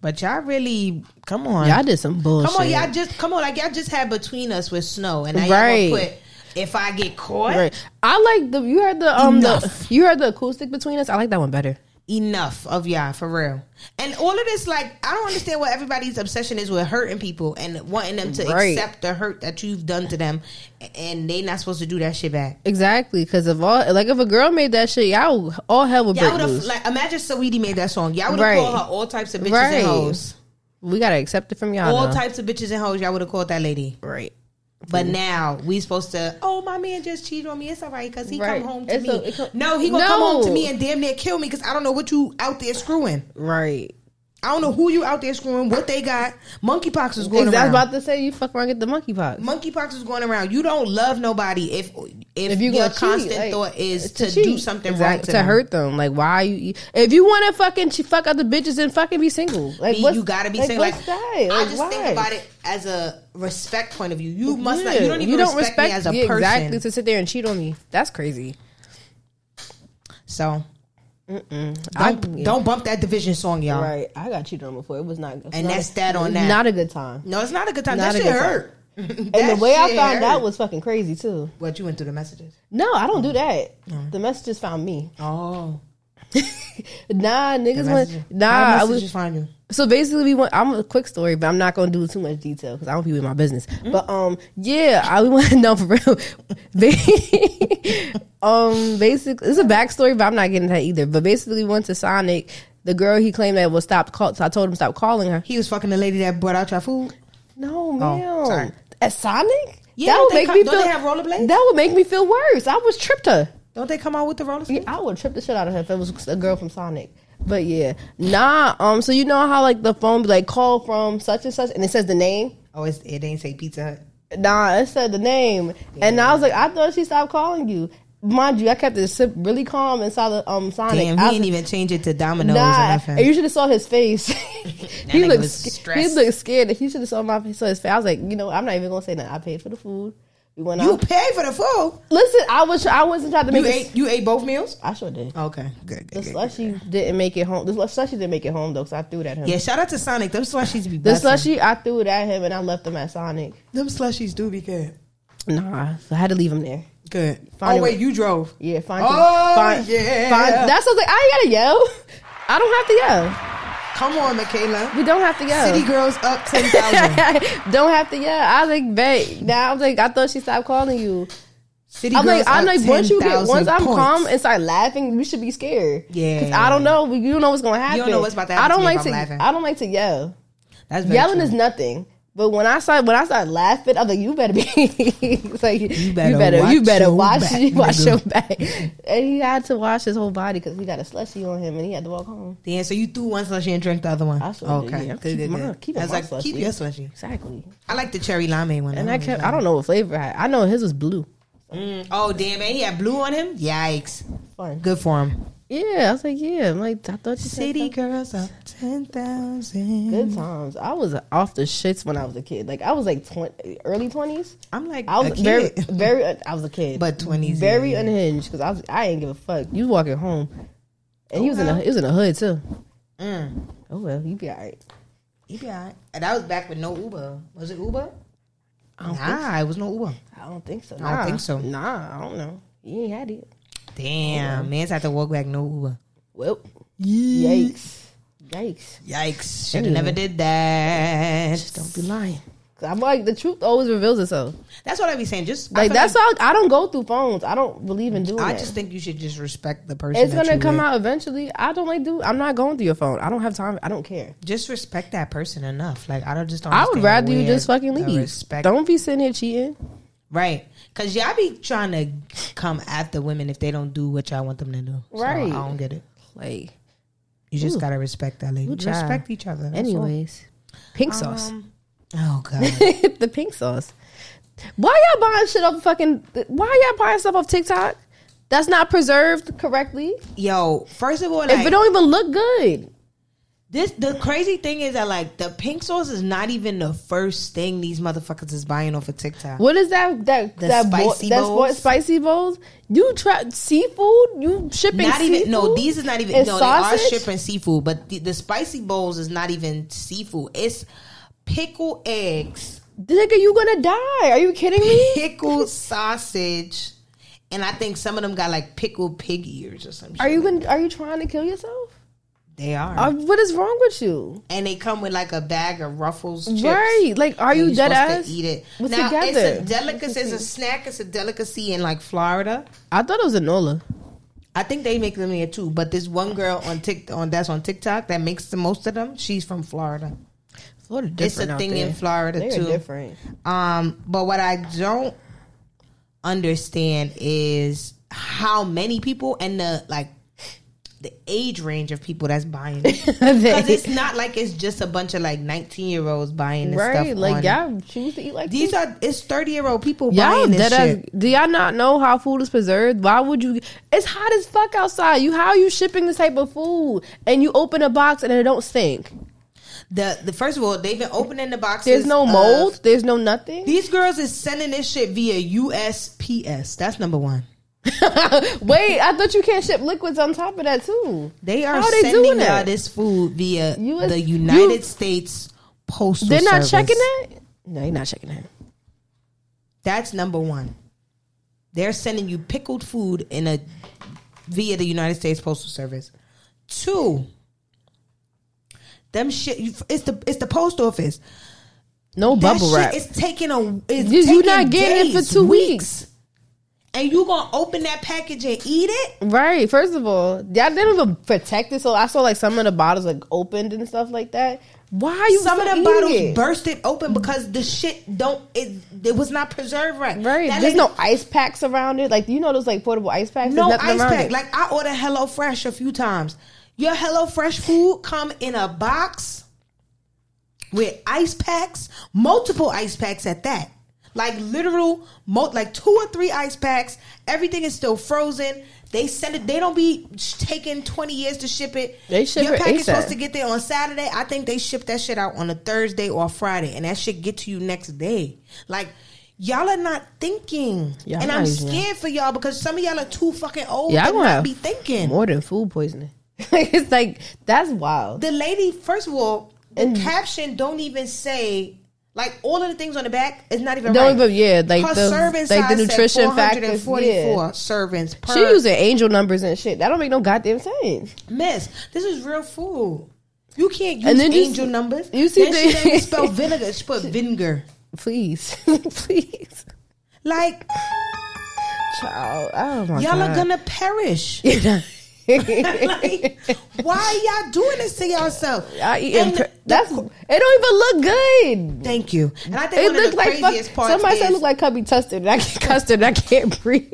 But y'all really, come on.
Y'all did some bullshit.
Come on, y'all just come on, like y'all just had between us with snow, and now
Right.
y'all gonna put if I get caught
Right. I like the you heard the um the
Enough.
you heard the acoustic between us. I like that one better.
enough of y'all for real. And all of this, like I don't understand what everybody's obsession is with hurting people and wanting them to
Right.
accept the hurt that you've done to them, and they not supposed to do that shit back.
Exactly, because if all like if a girl made that shit, y'all would- all hell would
Y'all
break
would have
loose.
like imagine Saweetie made that song. Y'all would have
Right.
called her all types of bitches
Right.
and hoes.
We gotta accept it from y'all.
All
now.
types of bitches and hoes y'all would have called that lady.
right.
But now we supposed to. Oh, my man just cheated on me. It's all right because he
Right.
come home to
It's
me.
a- it come-
no, he gonna come home to
No.
me and damn near kill me because I don't know what you out there screwing.
Right.
I don't know who you out there screwing. What they got? Monkeypox is going
Exactly. I was
around.
about to say you fuck around get the monkeypox.
Monkeypox is going around. You don't love nobody if if,
If you
your
gonna cheat,
constant
like,
thought is to, do
cheat.
something
Exact-
right to,
to,
them.
hurt them. Like why you? If you want to fucking ch- fuck other bitches, then fucking be single. Like
Me,
what's-
you gotta be
like,
saying
what's
like
that?
I
Like,
just
why?
think about it as a respect point of view. You must not. You don't
Yeah,
even respect, me as a
yeah,
person.
Exactly to sit there and cheat on me. That's crazy.
So
I-
don't
yeah.
don't bump that division song, y'all.
Right. I got cheated on before. It was not good.
And
not
that's
a-
that on
it's
that.
Not a good time.
No, it's not a good time.
Not
that
a
shit
good time.
hurt.
And the way I found out was fucking crazy too.
what you went through the messages.
No, I
Mm.
don't do that. The messages found me.
Oh,
nah, niggas went. Nah, I was
find you.
So basically, we went. I'm a quick story, but I'm not gonna do too much detail because I don't be with my business.
Mm-hmm.
But um, yeah, I we want to know for real. Ba- um, basically, it's a backstory, but I'm not getting that either. But basically, we went to Sonic. The girl he claimed that was stopped call. So I told him stop calling her.
He was fucking the lady that brought out your food.
No,
Oh, sorry.
ma'am. At Sonic. that
Yeah,
would
don't they
make
co-
me
don't
feel.
they have rollerblades?
That would make me feel worse. I was tripped her.
Don't they come out with the roller
Yeah,
skates?
I would trip the shit out of her if it was a girl from Sonic. But yeah, nah. Um, so you know how like the phone be like call from such and such, and it says the name.
Oh, it's, it ain't say Pizza Hut.
Nah, it said the name, and I was like, I thought she stopped calling you. Mind you, I kept it sim- really calm inside the um Sonic.
Damn,
I
he
was-
didn't even change it to Domino's or
Nah,
nothing.
and you should have saw his face. he
nigga
looked
was
sca- he
stressed.
looked scared. He should have saw my saw his face. I was like, you know, I'm not even gonna say nothing. I paid for the food. We went
You
out.
paid for the food.
Listen, I was I wasn't trying to make
You
it.
ate you ate both meals.
I sure did.
Okay, good,
The
good, good.
slushy didn't make it home. The slushy didn't make it home though, because I threw it at him.
Yeah, shout out to Sonic. Them slushies be
The
best.
slushie, I threw it at him and I left him at Sonic.
Them slushies do be good.
Nah, I had to leave him there.
Good.
Find
oh
it-
wait, you drove.
Yeah, fine.
Oh, yeah.
that's what I was like. I ain't gotta yell. I don't have to yell.
Come on, Michaela.
We don't have to yell.
City girls up ten thousand.
don't have to yell. I was like, babe. Now I was like, I thought she stopped calling you.
City
I'm
girls
like, I'm
up
like, once you get,
10,000
once I'm
points.
calm and start laughing, we should be scared.
Yeah.
because I don't know. We, you don't know what's gonna happen.
don't know what's about to
I
happen
don't
to me
like
if
to.
I'm laughing.
I don't like to yell.
That's very
Yelling
true.
is nothing. But when I start when I start laughing, I'm like, you better be. it's like you
better
better, you better,
watch
watch,
your back,
you watch
nigga.
your back. And he had to wash his whole body because he got a slushy on him, and he had to walk home.
Yeah, so you threw one slushie and drank the other one.
I sure did,
okay,
yeah.
good,
Keep
good,
mine-
good.
keep
I was
my
like, keep
slushie.
your slushie.
Exactly.
I like the cherry lime one.
And I kept. I don't know what flavor I had. I know his was blue.
Mm. Oh damn, and he had blue on him. Yikes!
Fun.
Good for him.
Yeah, I was like, yeah. I'm like, I thought you said
City
something.
girls up ten thousand.
Good times. I was off the shits when I was a kid. Like I was like 20, early twenties.
I'm like
I was
a kid.
very, very. I was a kid,
But 20s,
very
yeah.
unhinged because I was. I ain't give a fuck. You walking home, and he was in a.
Okay.
He was in a hood too.
Mm.
Oh well, you be alright.
You be alright. And that was back with no Uber. Was it Uber?
I don't think.
Nah, it was no Uber.
I don't think so.
don't
Nah.
think so.
Nah, I don't know. He ain't had it.
Damn, man's had to walk back no Uber.
Well, yikes, yikes.
Yikes! Should have never did that.
Don't be lying. i I'm like the truth always reveals itself.
That's what I be saying. Just I
Like
feel
that's why I don't go through phones. I don't believe in doing
I
that.
just think you should just respect the person.
it's
that
gonna
you
come
with.
out eventually. I don't like do. I'm not going through your phone. I don't have time. I don't care.
Just respect that person enough. Like I don't just. Don't
I would
understand
rather you
where
just fucking
the
leave.
Respect.
Don't be sitting here cheating.
Right. Cause y'all be trying to come after women if they don't do what y'all want them to do. So,
Right.
I don't get it.
Like,
You just
Ooh.
gotta respect that lady.
Ooh, child.
respect each other. That's
anyways, pink
all.
sauce.
Um, oh god.
the pink sauce. Why y'all buying shit off fucking? Why y'all buying stuff off TikTok that's not preserved correctly?
Yo, first of all,
If
like,
it don't even look good,
this the crazy thing is that like the pink sauce is not even the first thing these motherfuckers is buying off of TikTok.
what is that? That
The
that bo-
spicy
that's what
bowls?
spicy bowls. You try seafood. You shipping
Not even no.
seafood
These is not even
and
no.
sausage?
They are shipping seafood, but the, the spicy bowls is not even seafood. It's pickle eggs.
Nigga, you gonna die? Are you kidding me?
pickled sausage, and I think some of them got like pickled pig ears or some shit.
Are you gonna? Are you trying to kill yourself?
They are,
Are, what is wrong with you?
and they come with like a bag of Ruffles chips.
Right? Like, are
And
you
you're
dead
supposed
ass?
To eat it.
What's
now
together?
it's a delicacy. It's a snack. It's a delicacy in like Florida.
I thought it was Enola.
I think they make them here too. But this one girl on Tik on that's on TikTok that makes the most of them. She's from Florida.
Florida
It's
different.
a
out
thing
there.
in Florida
They're
too.
different.
Um, but what I don't understand is how many people and the like the age range of people that's buying it. Because it's not like it's just a bunch of like nineteen year olds buying this
right?
stuff.
Like
on-
y'all choose to eat like
these are it's thirty year old people
Y'all
buying this
dead
shit.
ass, do y'all not know how food is preserved? Why would you? It's hot as fuck outside. You how you shipping this type of food and you open a box and it don't stink?
The the first of all, they've been opening the boxes.
There's no
of-
mold. there's no nothing.
uh, these girls is sending this shit via USPS. That's number one.
Wait, I thought you can't ship liquids on top of that too.
They are
How they
sending
doing
y'all
that?
this food via
US
the United
you-
States Postal
They're not
Service.
checking that. No, you're not checking that.
That's number one. They're sending you pickled food in a via the United States Postal Service. Two. Them shit. you- It's the it's the post office.
No
That
bubble
shit
wrap.
is taking a. It's
You- you
taking
not getting it for
days,
two
And you gonna open that package and eat it?
Right. First of all, y'all didn't even protect it. So I saw like some of the bottles like opened and stuff like that. Why are you
Some of
still
the
eating
bottles
it?
bursted open because the shit don't. It, it was not preserved right.
Right.
That
There's
lady-
no ice packs around it. Like you know those like portable ice packs.
no
There's nothing
ice
around
pack.
it.
Like I ordered Hello Fresh a few times. Your Hello Fresh food come in a box with ice packs, multiple ice packs at that. Like literal, mo- like two or three ice packs. Everything is still frozen. They send it. They don't be sh- taking twenty years to ship it.
They ship
Your
it
package
ASAP.
supposed to get there on Saturday. I think they ship that shit out on a Thursday or Friday, and that shit get to you next day. Like y'all are not thinking,
Y'all
and
not
I'm
even-
scared for y'all because some of y'all are too fucking old
Yeah, I
to
wanna
not
have
be thinking.
more than food poisoning. Like it's like that's wild.
The lady, first of all, the
And-
caption don't even say like all of the things on the back is not even
Don't
right.
even- yeah, like the- like the
size said
nutrition factors,
444
yeah.
servings per
She using angel numbers and shit. That don't make no goddamn sense.
miss. This is real food. You can't use
And then you
angel
see-
numbers.
you see
then she
the-
didn't even spell vinegar. She put vinegar.
Please, please,
Like
child. Oh my
y'all are
god.
gonna perish.
Y'all
like, why y'all doing this to yourself?
eating.
And
per-
the-
that's it. Don't even look good.
Thank you. And I think
It
one of
looked
the
like fuck,
craziest parts
somebody
is
said it looked like Cubby Custard. And I can't custard. And I can't breathe.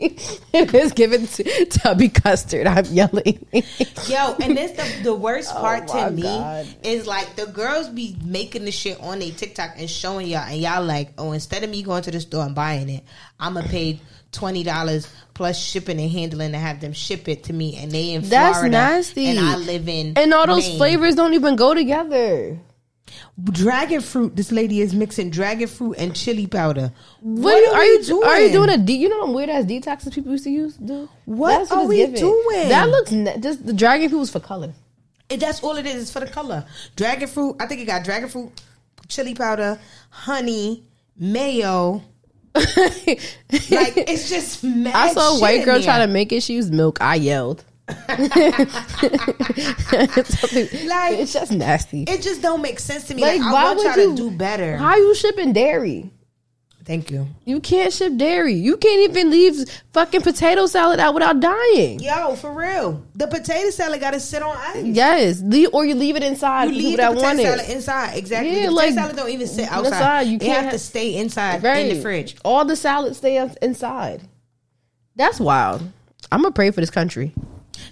it is given to Tubby Custard. I'm yelling.
Yo, and that's the, the worst part
Oh my
to me
God.
is like the girls be making the shit on their TikTok and showing y'all, and y'all like, oh, instead of me going to the store and buying it, I'm gonna pay twenty dollars plus shipping and handling to have them ship it to me, and they in
That's
Florida,
nasty.
and I live in
and all those
Maine.
flavors don't even go together.
dragon fruit. This lady is mixing dragon fruit and chili powder. What,
What, are, you,
we doing?
Are you doing a de- you know them weird ass detoxes people used to use? Do
What are
it's
we doing?
That looks ne- just the dragon fruit was for color.
It, that's all it is. It's for the color. Dragon fruit. I think it got dragon fruit, chili powder, honey, mayo. Like it's just mad.
I saw a
shit
white
in
girl
there.
trying to make it. She used milk. I yelled.
Like-
like it's just nasty.
It just don't make sense to me. Like,
Like, why
I want
would
y'all
you-
to do better.
How you shipping dairy?
Thank you.
You can't ship dairy. You can't even leave fucking potato salad out without dying.
Yo, for real, the potato salad got to sit on ice.
Yes, leave or you leave it inside.
You
for
leave
people
the
that want
potato
it.
salad inside. Exactly.
Yeah,
the potato
like,
salad don't even sit outside.
outside, you
You
can't
have to
have-
stay inside
Right.
in the fridge.
All the salads stay in- inside. That's wild. I'm gonna pray for this country.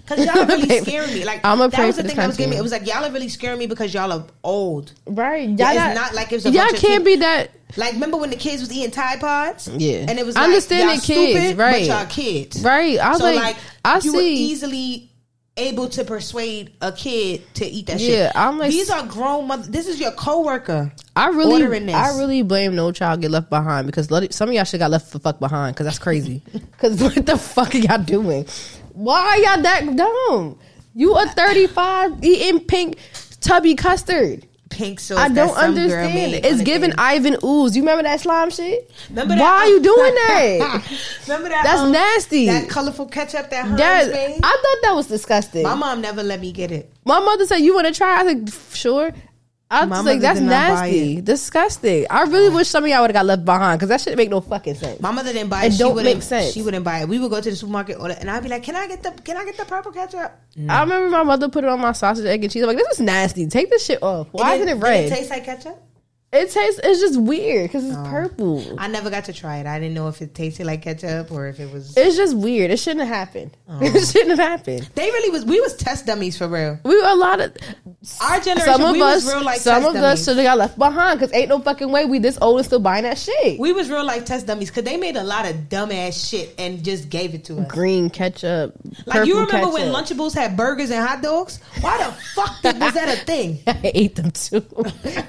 Cause y'all are really
Baby,
scaring me. Like
I'ma
that
pray
was the
for this
thing that was
country.
getting me. It was like y'all are really scaring me because y'all are old.
Right? Y'all
it's not like it was a
y'all
bunch of
can't be that.
Like remember when the kids was eating Tide Pods?
Yeah.
and it was
I
like,
understand
y'all
the kids,
stupid,
right.
But y'all kids,
Right? I was
so
like,
like,
I
you were
see.
easily able to persuade a kid to eat that shit.
Yeah, I'm like-
these are grown mother. This is your coworker.
I
ordering
really,
this.
I really blame no child get left behind because let it- some of y'all should got left the fuck behind because that's crazy. Because what the fuck are y'all doing? Why are y'all that dumb? You are 35 eating pink tubby custard.
Pink sauce.
I
that
don't
some girl
understand.
made
it.
on
It's
the
giving
thing.
Ivan ooze. You remember that slime shit?
Remember that? um,
Why are you doing that?
Remember that?
That's
um,
nasty.
That colorful ketchup that Heinz
Yes,
made?
I thought that was disgusting.
My mom never let me get it.
My mother said, "You want to try?" I was like, "Sure." I was
My
just like,
mother
"That's
did not buy
nasty, disgusting." I really wish some of y'all would have got left behind because that shit make no fucking sense.
My mother didn't buy it.
It
she
don't
wouldn't-
make sense.
She wouldn't buy it. We would go to the supermarket order, and I'd be like, "Can I get the Can I get the purple ketchup?"
I remember my mother put it on my sausage, egg, and cheese. I'm like, "This is nasty. Take this shit off. Why
And
isn't
then-
it red?"
did It taste like ketchup.
It tastes. It's just weird because
Oh.
it's purple.
I never got to try it. I didn't know if it tasted like ketchup or if it was.
It's just weird. It shouldn't have happened.
Oh.
It shouldn't have happened.
They really was. We was test dummies for real.
We were a lot of
Our generation,
some of
we
us.
was real like
some
test
of
dummies.
us should have got left behind because ain't no fucking way we this old and still buying that shit.
we was real life test dummies because they made a lot of dumbass shit and just gave it to us.
Green ketchup.
Like you
purple
remember when
ketchup.
Lunchables had burgers and hot dogs? Why the fuck did, was that a thing?
I ate them too.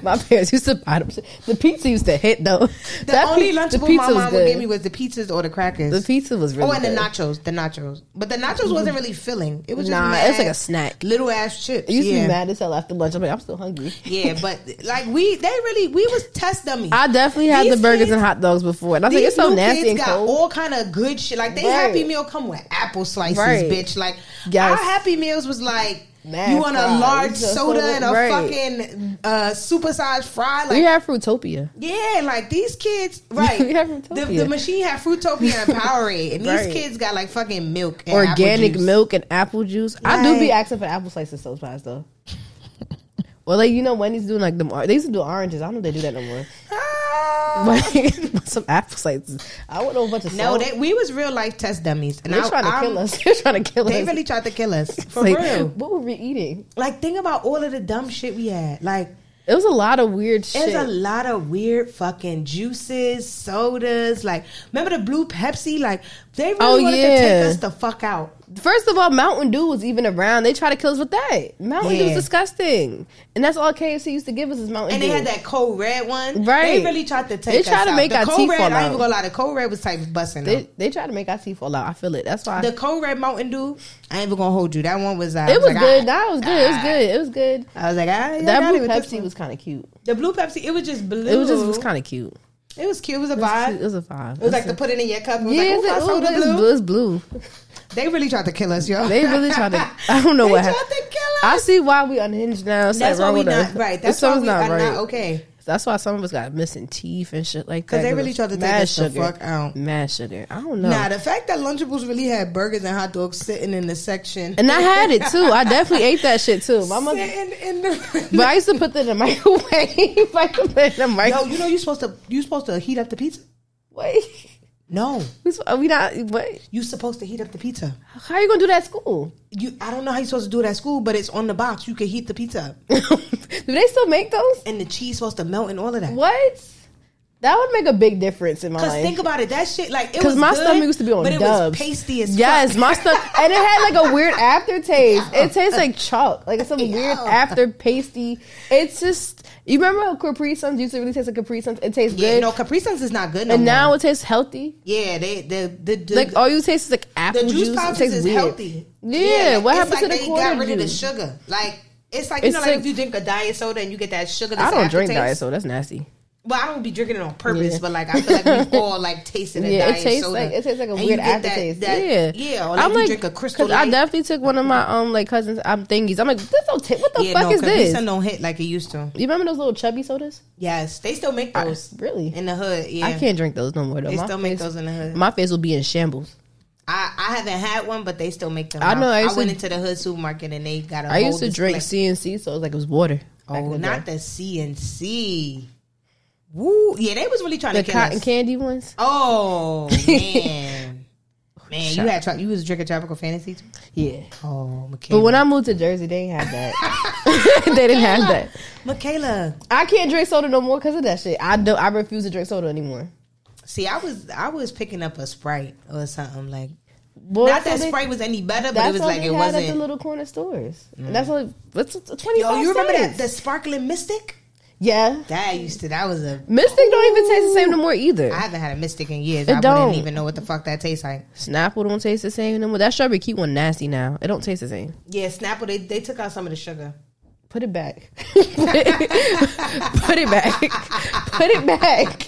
my parents used to buy them. The pizza used to hit though.
The only Lunchable my mom would give me was the pizzas or the crackers.
The pizza was really
oh, and
good.
the nachos, the nachos. But the nachos wasn't really filling. It was just
Nah,
mad,
it's like a snack.
little ass chips.
I used to
yeah.
be mad as hell after lunch. I'm like, I'm still hungry.
Yeah, but like we, they really, we was test dummies.
I definitely had
These
the burgers
kids-
and hot dogs before, and I was like,
These
it's so
new
nasty
kids
and
got
cold.
all kind of good shit. Like they
Right.
Happy Meal come with apple slices,
Right.
bitch. Like
Yes.
our Happy Meals was like
Mad
you want a
fries,
large
a
soda
soda-
and a
right.
fucking uh, supersized fry. Like
we had Fruitopia.
yeah, like these kids, right?
We have
the,
Fruitopia.
the machine had Fruitopia and Powerade, and these
Right.
kids got like fucking milk, and apple
Organic
juice.
milk and apple juice. I do be
Like-
asking for apple slices so fast though. Well, like you know, Wendy's doing like them. They used to do oranges. I don't know if they do that no more.
Ah.
But some apple slices. I want a bunch of
No,
salt.
they, we was real life test dummies, and
They're
I,
trying to
I'm-
kill us. They're trying to kill
They
us.
really tried to kill us for
Like,
real.
What were we eating?
Like think about all of the dumb shit we had. Like
It was a lot of weird shit.
There's a lot of weird fucking juices, sodas. Like, remember the blue Pepsi? Like, they really
Oh,
wanted to
yeah.
take us the fuck out.
First of all, Mountain Dew was even around. They tried to kill us with that. Mountain Dew
Yeah.
was disgusting, and that's all KFC used to give us is Mountain
And
Dew.
they had that cold red one. They
Right.
really tried to take
They tried
us
to
out.
make
the
our
cold
teeth
red,
fall
I ain't
out.
even gonna lie, the cold red was type busting.
They, they tried to make our teeth fall out. I feel it. That's why
the cold red Mountain Dew, I ain't even gonna hold you. That one was, I
it was
like,
good.
ah.
Nah, it was good. It was good. It was good.
I was like, ah, yeah,
That
not
blue
even this
Pepsi
one.
was kind of cute.
The blue Pepsi, it was just blue.
It was just it was kind of cute.
It was cute. It was a
It was,
vibe.
cute. It was a five.
It was like to put it in your cup. It was
yeah,
like, ooh, I
it's, ooh,
saw the
it's
blue.
blue. It's blue.
They really tried to kill us, y'all.
They really tried to. I don't know
They
what
tried
happened.
to kill us.
I see why we unhinged now. It's
That's
like
why
wrong
we
with
not
us.
right. That's why
Something's
we
not
are
right.
not okay.
That's why some of us got missing teeth and shit like that.
Because they really tried to take
mad
us the fuck out.
Mad sugar. I don't know.
Nah, the fact that Lunchables really had burgers and hot dogs sitting in the section
and I had it too. I definitely ate that shit too. My mother,
sitting in the.
but I used to put that in the microwave. I could put it in the
Yo,
microwave.
you know you supposed to you supposed to heat up the pizza.
Wait,
No,
we, s- are we not? What?
you supposed to heat up the pizza.
How are you gonna do that at school?
You, I don't know how you supposed to do it at school, but it's on the box. You can heat the pizza up,
do they still make those?
and the cheese supposed to melt and all of that.
What? That would make a big difference in my
Because
life.
think about it, that shit like it was
Because my
good,
stomach used to be on
but it was
dubs.
pasty as
yes,
fuck.
my stomach, and it had like a weird aftertaste. It tastes like chalk, like some weird
Yeah.
after pasty. It's just you remember how Capri Suns used to really taste like Capri Suns. It tastes
Yeah,
good,
no, Capri Suns is not good. No
and
more.
now it tastes healthy.
yeah, they the the, the
Like all you taste is like apple
the
juice.
juice,
It
pouches
tastes
is
weird.
healthy.
Yeah,
like,
what
it's
happened
like
to the
they
quarter
got rid of the
juice?
sugar. Like it's like you
It's
know, like,
like-
if you drink a diet soda and you get that sugar. That's
I don't drink diet
aftertaste.
soda. That's nasty.
Well, I don't be drinking it on purpose,
Yeah.
but like I feel like we all like tasting a
yeah,
diet
it tastes
soda.
like it tastes like a
And you
weird
get that-
aftertaste.
that-
yeah,
yeah. Or like
I'm
you
like,
drink a crystal.
'cause I
Light.
definitely took one of my um like cousins um thingies. I'm like, this don't taste. What the
yeah,
fuck
no,
is
Capri
this?
Sun don't hit like it used to.
You remember those little chubby sodas?
Yes, they still make those
Really?
in the hood. Yeah,
I can't drink those no more. Though
They
my
still make
face-
those in the hood.
My face will be in shambles.
I, I haven't had one, but they still make them.
I know, I
I,
used to-
went into the hood supermarket and they got a
I
whole
used to drink
display.
CNC, so it was like it was water. back in
Oh,
the
not
day.
the CNC. Woo! Yeah, they was really trying
the,
to kill
cotton
us.
candy ones.
oh man, man, you
Shut
had tro- you was drinking tropical fantasy. Too?
Yeah,
Oh,
but
Michaela,
when I moved to Jersey, they didn't have that. they didn't have that.
Michaela.
I can't drink soda no more because of that shit. I don't. I refuse to drink soda anymore.
See, I was I was picking up a Sprite or something like.
Boy, that's
Not that
all they-
Sprite was any better, but
That's
it was
all
like
they had
it
at the
wasn't. Mm.
little corner stores. That's all. What's twenty
Yo,
five?
you remember that the sparkling Mystic?
Yeah,
That used to. That was a.
Mystic don't even taste the same no more either.
I haven't had a Mystic in years.
It
I
don't.
wouldn't even know what the fuck that tastes like.
Snapple don't taste the same no more. That strawberry key one nasty now. It don't taste the same.
Yeah, Snapple. They they took out some of the sugar.
Put it back. put, it back. Put it back.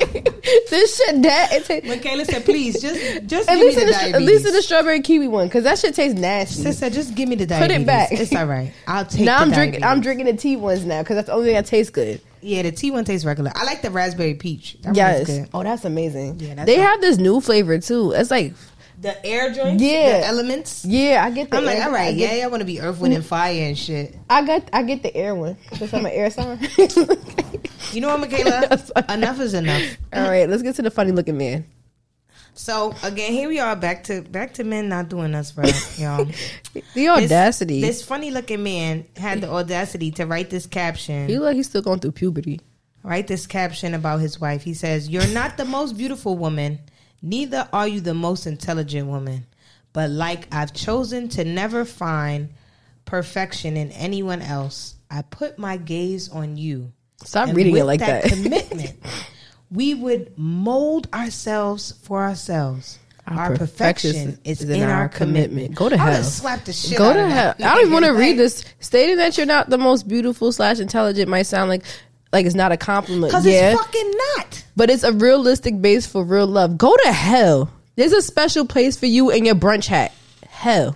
this shit that it tastes.
Michaela said, "Please, just just
At
give
least,
me
in
the
the, at
diabetes.
least in the strawberry kiwi one, because that shit tastes nasty.
Sister, just give me the
it
diabetes.
back.
It's all right. I'll take.
now
the
I'm drinking. I'm
diabetes.
drinking the tea ones now because that's the only thing that tastes good.
Yeah, the T one tastes regular. I like the raspberry peach. That
yes.
one's good.
Oh, that's amazing.
Yeah, that's
they
a-
have this new flavor too. It's like,
The air drinks.
Yeah.
The elements.
yeah, Mm. I get the.
I'm like,
air-
all
I
right,
get,
yeah, I want to be earth, wind, and fire and shit.
I got. I get the air one because I'm an air sign.
You know what, Michaela?
That's fine.
enough is enough.
All right, let's get to the funny looking man.
So again, here we are back to back to men not doing us right, y'all.
The audacity.
This funny looking man had the audacity to write this caption.
he look like he's still going through puberty.
Write this caption about his wife. He says, You're not the most beautiful woman, neither are you the most intelligent woman. But like I've chosen to never find perfection in anyone else, I put my gaze on you.
Stop
And
reading it
with
like that.
commitment, we would mold ourselves for ourselves.
Our
Our,
perfection
perfection is,
is
in our commitment.
Go to
I would've
hell.
slapped the shit
Go
out
to
of
hell.
that.
I don't even want to
Like,
read this. Stating that you're not the most beautiful slash intelligent might sound like like it's not a compliment.
Cause
Yeah,
it's fucking not.
but it's a realistic base for real love. Go to hell. There's a special place for you in your brunch hat. Hell,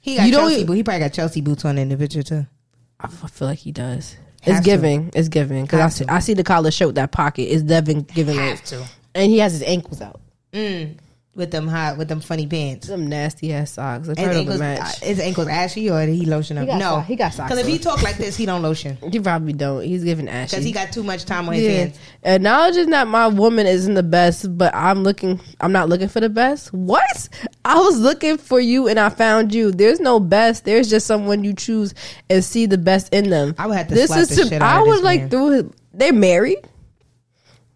He got
You don't- e-
Chelsea boots. He probably got Chelsea boots on in the picture too.
I f- I feel like he does.
Have
it's
to.
giving. It's giving because I
Have
see,
to.
I see the collar shirt that pocket is definitely giving
Have
it,
to.
and he has his ankles out.
Mm. With them hot, with them funny pants.
Some nasty ass socks. A
His
turnover
ankles, uh,
match.
his ankles ashy or did he lotion up?
got
no,
so- he got socks
Because if
on.
he talk like this, he don't lotion
He probably don't. He's giving ashy.
because he got too much time on his
Yeah.
hands.
Acknowledging that my woman isn't the best, but I'm looking I'm not looking for the best. What? I was looking for you and I found you. There's no best. There's just someone you choose and see the best in them.
I would have to slap the shit out
I
of
would
this
like
man.
through his, they're married.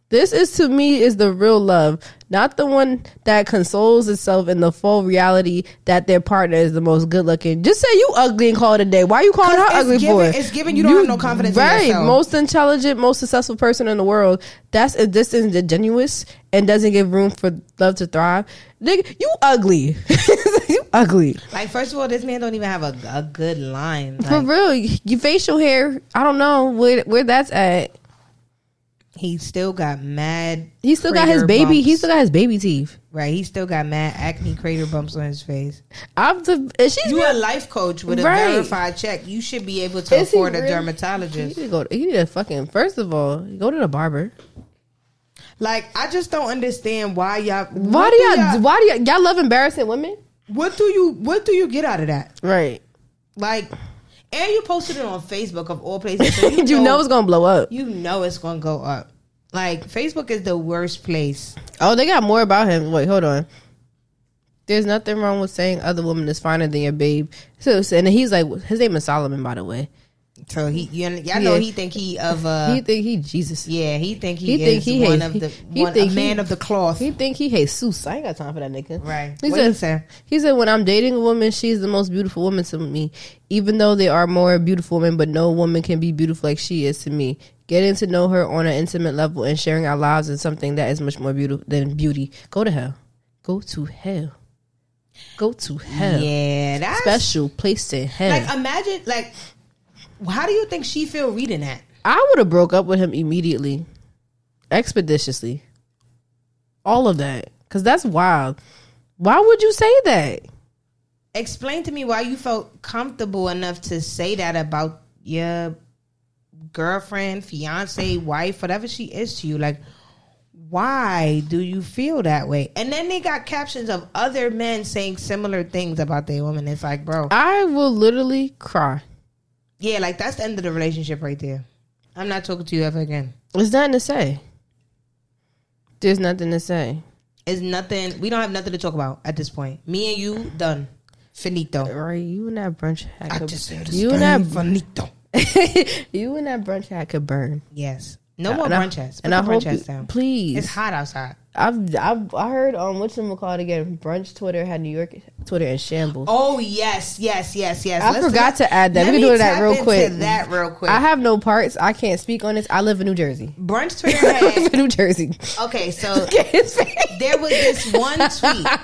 This is to me is the real love, not the one that consoles itself in the full reality that their partner is the most good looking. Just say you ugly and call it a day. Why you calling her
It's
ugly
giving-
for?
it's giving you don't have no confidence in
Right,
yourself.
most intelligent, most successful person in the world. That's a this is disingenuous and doesn't give room for love to thrive. Nigga, you ugly. you ugly
Like first of all, this man don't even have a, a good line.
for
Like,
real. Your facial hair. I don't know where where that's at.
he still got mad.
He still got his
crater
baby.
bumps.
He still got his baby teeth.
right. He still got mad acne crater bumps on his face.
I'm the. and She's
You a life coach with a
Right.
verified check. You should be able to
Is he
afford a
really- You need
dermatologist.
to go. You need to fucking. First of all, go to the barber.
Like I just don't understand why y'all.
Why
what
do y'all? Why do y'all, y'all love embarrassing women?
What do you? What do you get out of that?
Right.
Like, and you posted it on Facebook of all places. So
you know it's gonna blow up.
you know it's gonna go up. Like Facebook is the worst place.
Oh, they got more about him. Wait, hold on. There's nothing wrong with saying other woman is finer than your babe. So, so- and he's like, his name is Solomon, by the way.
So he, you, y'all know
Yeah.
he think he of uh
he think he Jesus.
yeah he think
he
he,
think
is
he
one
hates-
of
he-
the
he
one a
think he-
man of the cloth.
He think he hates Seuss. I ain't got time for that nigga.
Right.
He
What
said,
he say?
he said, when I'm dating a woman, she's the most beautiful woman to me. Even though there are more beautiful women, but no woman can be beautiful like she is to me. Getting to know her on an intimate level and sharing our lives is something that is much more beautiful than beauty. Go to hell. Go to hell. Go to hell.
yeah, that's
Special place in hell.
like uh, imagine like how do you think she feel reading that?
I would have broke up with him immediately, expeditiously, all of that, because that's wild. Why would you say that?
Explain to me why you felt comfortable enough to say that about your girlfriend, fiance, wife, whatever she is to you. Like, why do you feel that way? And then they got captions of other men saying similar things about their woman. It's like, bro,
I will literally cry.
yeah, like that's the end of the relationship right there. I'm not talking to you ever again.
There's nothing to say. There's nothing to say.
It's nothing. We don't have nothing to talk about at this point. Me and you done. Finito.
Right? You and that brunch hat.
I
could-
just feel
you
you
and
not
that
finito.
you and that brunch hat could burn.
Yes. No more
And I-
brunch hats. Put
And I
the brunch
hope,
hats
you-
down.
please.
It's hot outside.
I've, I've I heard on what's called again. Brunch Twitter had New York Twitter in shambles.
Oh yes, yes, yes, yes.
I forgot to add that. We can do that real quick.
That real quick.
I have no parts. I can't speak on this. I live in New Jersey.
brunch Twitter
I live
had.
in New Jersey.
Okay, so
Look at his face.
there was this one tweet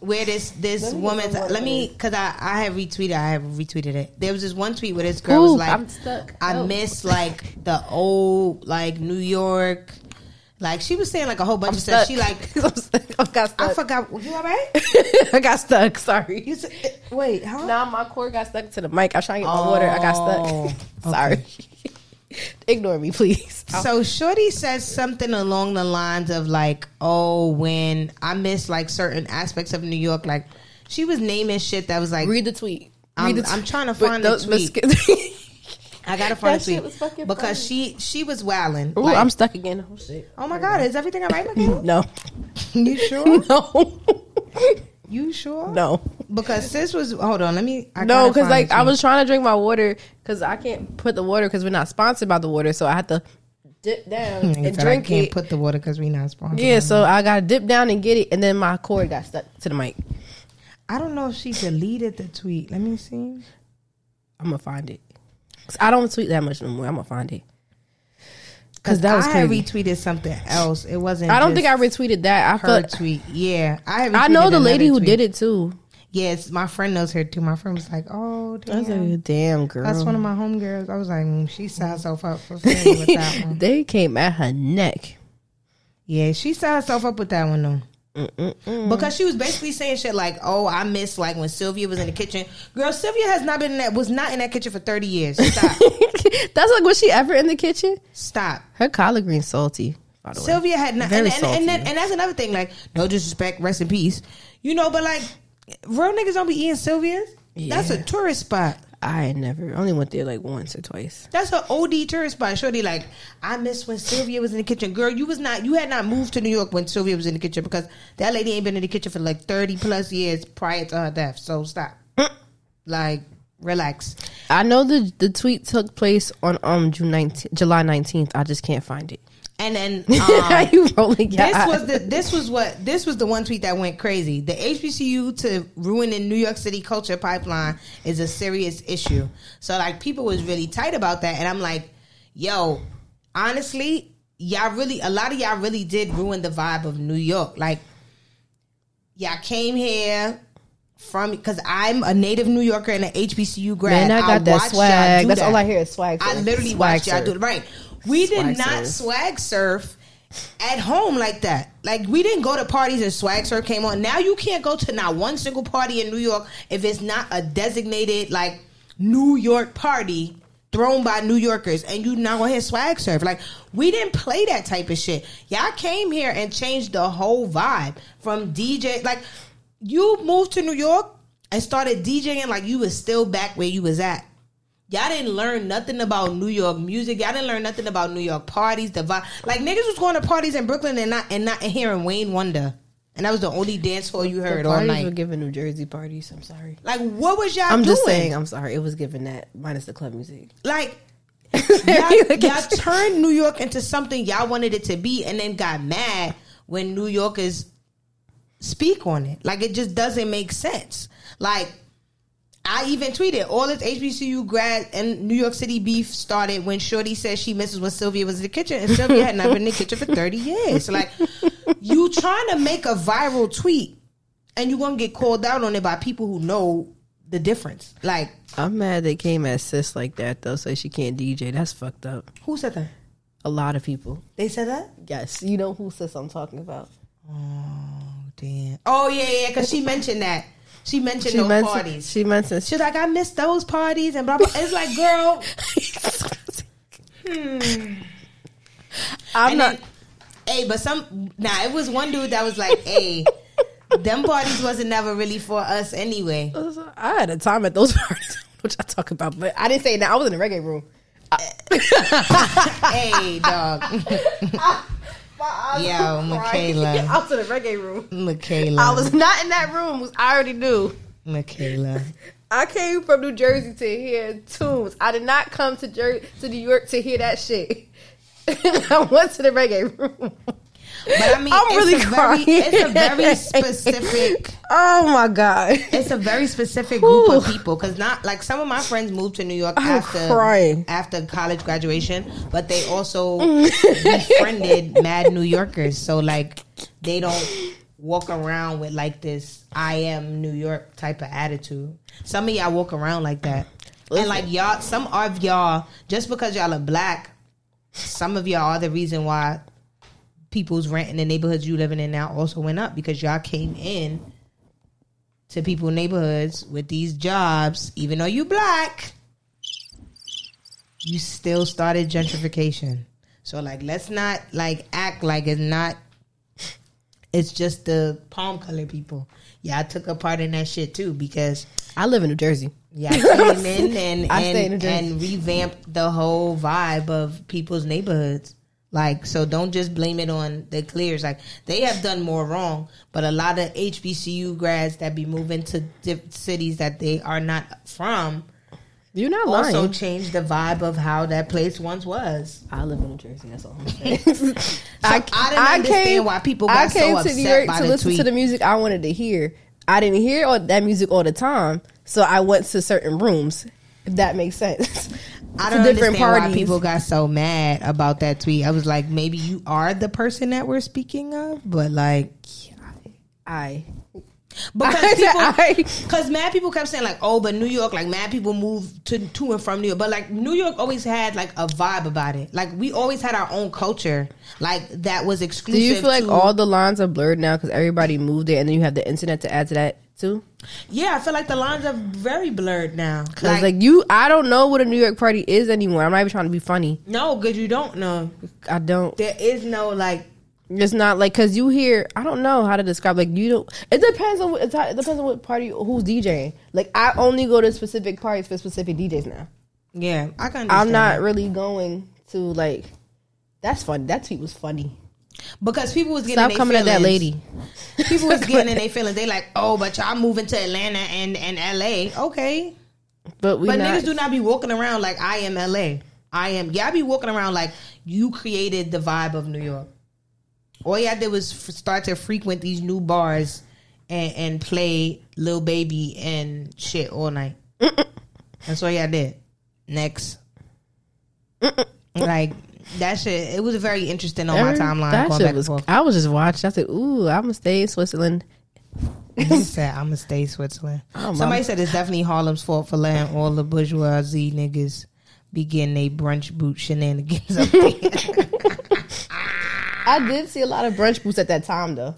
where this this
me get
woman.
some water.
Let me, cause I I have retweeted. I have retweeted it. There was this one tweet where this girl was
Ooh,
like, Oh,
I'm stuck.
I
Help."
miss like the old like New York." Like she was saying like a whole bunch of
Stuck.
stuff. She like.
I'm stuck. I got
I
stuck.
forgot. You all right?
I got stuck. Sorry.
You said, wait, huh?
Nah, my cord got stuck to the mic. I was trying to get my water. I got
Oh,
stuck. Sorry. Ignore me, please.
So Shorty says something along the lines of like, "Oh, when I miss like certain aspects of New York, like she was naming shit that was like,
Read the tweet.
I'm-
Read the
I'm trying to
But
find the
don't- but
tweet.
skip-
I got a front
That
seat
shit was fucking
because she she was wilding.
Ooh,
Like,
I'm stuck again. Oh shit.
oh my god, is everything all right? Michaela?
No.
you sure?
No.
You sure?
no.
Because sis was hold on. Let me. I
No,
gotta
because
find
like
you.
I was trying to drink my water because I can't put the water because we're not sponsored by the water, so I had to dip down
He
and
said,
drink
I can't
it.
put the water because we not sponsored.
yeah, so I got to dip down and get it, and then my cord got stuck to the mic.
I don't know if she deleted the tweet. Let me see.
I'm gonna find it. 'Cause I don't tweet that much no more. I'm gonna find it because that was
I had
crazy.
retweeted something else. It wasn't.
I don't
just
think I retweeted that. I
her
felt
tweet. Yeah, I. Had
I know the lady who
did it.
did it too.
Yes, my friend knows her too. My friend was like, "Oh, damn.
damn girl.
that's one of my homegirls." I was like, mm, "She set herself up for failure with that one."
they came at her neck.
Yeah, she set herself up with that one though.
Mm-mm-mm.
Because she was basically saying shit like, "Oh, I miss like when Sylvia was in the kitchen." Girl, Sylvia has not been in that was not in that kitchen for thirty years. Stop,
That's like was she ever in the kitchen?
stop.
Her collard greens salty. By the way.
Sylvia had not, and
Very
and, and, then,
salty.
and that's another thing. Like, no disrespect, rest in peace. You know, but like, real niggas don't be eating Sylvia's. That's a
Yeah.
tourist spot.
I ain't never only went there like once or twice.
That's an OD tourist spot. Shorty, like, I miss when Sylvia was in the kitchen. Girl, you was not, you had not moved to New York when Sylvia was in the kitchen because that lady ain't been in the kitchen for like 30 plus years prior to her death. So stop. like, relax.
I know the the tweet took place on um June 19th, July nineteenth. I just can't find it.
And then, um,
you rolling your
This
eyes.
was the this was what this was the one tweet that went crazy. The HBCU to ruining New York City culture pipeline is a serious issue. So like people was really tight about that, and I'm like, yo, honestly, y'all really a lot of y'all really did ruin the vibe of New York. Like y'all came here. From because I'm a native New Yorker and an HBCU grad.
man. I got that
watched y'all
swag.
do
That's
that.
all I hear is swag.
I
surf.
literally
swag
watched y'all do it. Right. We did
Swag
not
surf.
swag surf at home like that. Like we didn't go to parties and swag surf came on. Now you can't go to not one single party in New York if it's not a designated like New York party thrown by New Yorkers and you not gonna hear swag surf. Like we didn't play that type of shit. Y'all came here and changed the whole vibe from DJ like you moved to New York and started DJing like you was still back where you was at. Y'all didn't learn nothing about New York music. Y'all didn't learn nothing about New York parties. The vibe, like niggas was going to parties in Brooklyn and not and not hearing Wayne Wonder, and that was the only dance hall you
The
heard all
parties
night.
were giving New Jersey parties. I'm sorry.
like what was y'all
I'm
doing?
just saying. I'm sorry. It was giving that minus the club music.
Like y'all, y'all
Y'all-
turned New York into something y'all wanted it to be, and then got mad when New Yorkers speak on it. Like it just doesn't make sense. Like I even tweeted all this HBCU grad and New York City beef started when Shorty said she misses when Sylvia was in the kitchen, and Sylvia had not been in the kitchen for thirty years. Like you trying to make a viral tweet, and you gonna get called out on it by people who know the difference. Like
I'm mad they came at sis like that though, so she can't DJ. That's fucked up.
who said that?
A lot of people.
They said that.
Yes, you know who sis I'm talking about.
Oh damn! Oh yeah, yeah. Because she mentioned that. She mentioned
She
those
mentioned.
parties.
She mentioned.
She's like, I miss those parties and blah blah. It's like, girl,
I'm
and
not.
then, hey, but some nah. It was one dude that was like, hey, them parties wasn't never really for us anyway.
I had a time at those parties, which I talk about, but I didn't say that. I was in the reggae room.
hey, dog, Yo,
Yo,
Michaela.
I was in the reggae room.
Michaela,
I was not in that room. which I already knew.
Michaela.
I came from New Jersey to hear tunes. I did not come to Jer- to New York to hear that shit. I went to the reggae room.
But I mean,
I'm
it's
really
a very,
crying.
It's a very specific.
Oh my god,
It's a very specific group of
Whew.
people because not like some of my friends moved to New York
I'm
after
crying.
after college graduation, but they also befriended mad New Yorkers. So like they don't walk around with like this I am New York type of attitude. Some of y'all walk around like that, and like y'all, some of y'all just because y'all are black, some of y'all are the reason why people's rent in the neighborhoods you living in now also went up because y'all came in to people neighborhoods with these jobs, even though you black, you still started gentrification. So like let's not like act like it's not it's just the palm color people. Y'all took a part in that shit too because
I live in New Jersey.
Yeah, I came in and
I stay in New
and,
Jersey.
and revamped the whole vibe of people's neighborhoods. Like, so don't just blame it on the clears. Like, they have done more wrong, but a lot of HBCU grads that be moving to diff- cities that they are not from
You're not lying.
also change the vibe of how that place once was.
I live in New Jersey. That's all I'm saying.
I didn't understand why people got so upset
New York
by
to
the
listen to
tweet.
the music I wanted to hear. I didn't hear all, that music all the time, so I went to certain rooms. If that makes sense.
I
To
don't understand why people got so mad about that tweet. I was like, maybe you are the person that we're speaking of, but like,
I
because people,
I-
Because mad people kept saying like, oh, but New York, like mad people move to to and from New York, but like New York always had like a vibe about it. Like we always had our own culture, like that was
do
exclusive.
you feel like
to-
all the lines are blurred now because everybody moved it, and then you have the internet to add to that too?
Yeah, I feel like the lines are very blurred now.
Because like, you, I don't know what a New York party is anymore. I'm not even trying to be funny.
no, because you don't know.
I don't.
There is no like.
It's not like because you hear. I don't know how to describe. Like you don't. It depends on. What, it depends on what party who's DJing. Like I only go to specific parties for specific DJs now.
Yeah, I can. Understand
I'm not really going to like. That's funny. That tweet was funny.
because people was getting
Stop
they
coming at that
feelings.
lady.
People was getting in their feelings. They like, oh, but y'all moving to Atlanta and and L.A. Okay,
But we
But
not.
niggas do not be walking around like I am LA. I am. Y'all be walking around like you created the vibe of New York. All y'all did was f- start to frequent these new bars and, and play Lil Baby and shit all night. That's all y'all did. Next. like, that shit, it was very interesting on my
Every-
timeline.
That
going
shit
back
was.
and forth.
I was just watching. I said, "Ooh, I'm gonna stay in Switzerland."
He said, I'm going to stay Switzerland.
Oh,
Somebody
mama.
said it's definitely Harlem's fault for letting all the bourgeoisie niggas be getting they brunch boot shenanigans up there.
I did see a lot of brunch booths at that time though.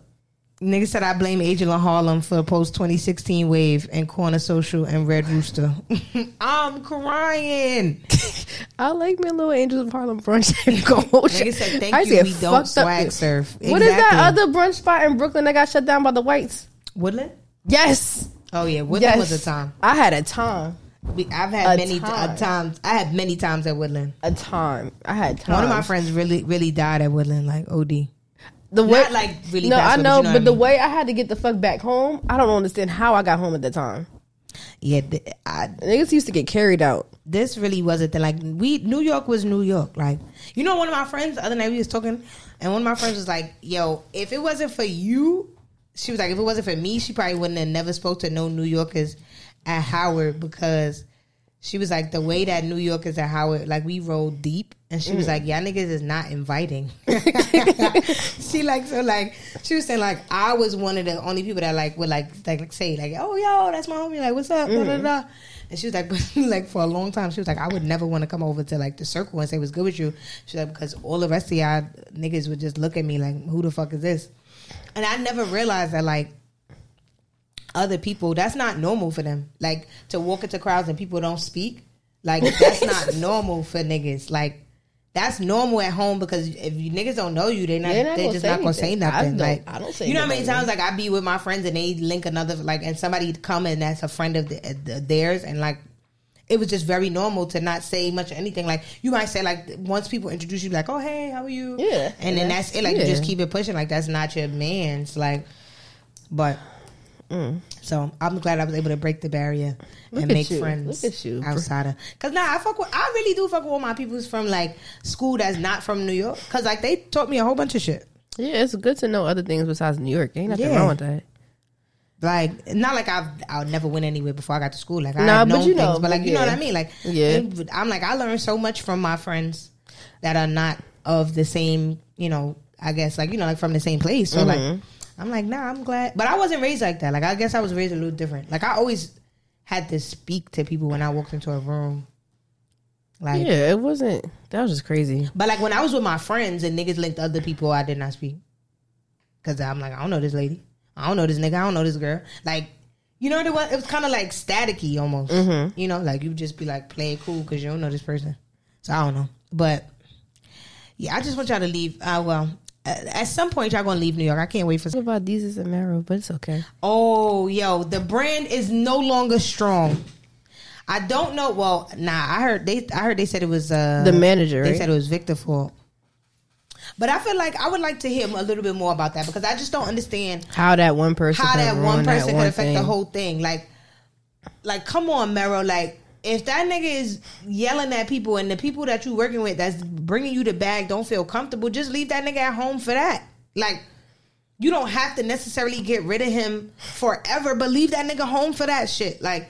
Nigga said, I blame Angel and Harlem for the post 2016 wave and Corner Social and Red Rooster. I'm crying.
I like my little Angels of Harlem brunch and gold.
Nigga said, thank
I
you,
said,
we don't
fucked up.
swag surf.
What is that
Exactly.
other brunch spot in Brooklyn that got shut down by the whites?
Woodland?
Yes,
Oh, yeah.
yes.
Woodland was a time.
I had a time,
We, I've had
A
many t-
time.
uh, times. I had many times at Woodland.
a time. I had time.
One of my friends really, really died at Woodland, like OD.
the
not like really
No, I
fast, but
know, but
you know what I
the
mean.
way I had to get the fuck back home, I don't understand how I got home at the time.
Yeah, th- I,
Niggas used to get carried out.
this really wasn't the like we New York was New York. Like you know, one of my friends the other night we was talking, and one of my friends was like, "Yo, if it wasn't for you," she was like, "If it wasn't for me, she probably wouldn't have never spoke to no New Yorkers at Howard because." She was like, the way that New Yorkers at Howard, like we roll deep, and she was like, "Y'all niggas is not inviting." she like so like she was saying like I was one of the only people that like would like like, like say like oh yo that's my homie like what's up da, da, da. and she was like but like for a long time she was like I would never want to come over to like the circle and say what's good with you she's like because all the rest of y'all niggas would just look at me like who the fuck is this and I never realized that like other people that's not normal for them like to walk into crowds and people don't speak like that's not normal for niggas like that's normal at home because if you niggas don't know you, they're not,
They're
they're,
not gonna
just
say
not gonna say
anything.
nothing.
I don't-
like
I don't say
You know how many
nothing.
times like I be with my friends and they link another like, and somebody come and that's a friend of the, the, theirs, and like it was just very normal to not say much or anything. Like you might say like once people introduce you, like oh hey how are you,
Yeah.
and then that's it. Like
Yeah.
you just keep it pushing. Like that's not your man's. Like, but. So I'm glad I was able to break the barrier and
at
make
you.
friends
Look at you.
outside of. Cause nah, I fuck with. I really do fuck with all my people's from like school that's not from New York. Cause like they taught me a whole bunch of shit.
Yeah, it's good to know other things besides New York. Ain't nothing
Yeah.
wrong with that.
Like not like I've I never went anywhere before I got to school. Like I
Nah,
have
but
known
you know,
things, but like
but
you know what
yeah.
I mean. Like
Yeah.
they- I'm like I learned so much from my friends that are not of the same. You know, I guess like you know like from the same place. So
Mm-hmm.
like I'm like nah, I'm glad. But I wasn't raised like that. Like I guess I was raised a little different. Like I always had to speak to people when I walked into a room. Like
Yeah, it wasn't. That was just crazy.
but like when I was with my friends and niggas linked other people, I did not speak. Cause I'm like, I don't know this lady. I don't know this nigga. I don't know this girl. Like, you know what it was? It was kind of like staticky almost. You know, like you would just be like, play it cool because you don't know this person. So I don't know. But yeah, I just want y'all to leave. Uh, well, at some point y'all gonna leave New York. I can't wait for.
What about these is a marrow, but it's okay.
Oh, yo, the brand is no longer strong. I don't know. Well, nah, I heard they. I heard they said it was uh,
The manager,
They
right?
said it was Victor fault. But I feel like I would like to hear a little bit more about that because I just don't understand
How that one person?
how
could
that
have
one
ruined that
person could
one
affect the
thing.
whole thing. Like, like, come on, Mero. Like, if that nigga is yelling at people and the people that you working with that's bringing you the bag don't feel comfortable, just leave that nigga at home for that. Like, you don't have to necessarily get rid of him forever, but leave that nigga home for that shit. Like.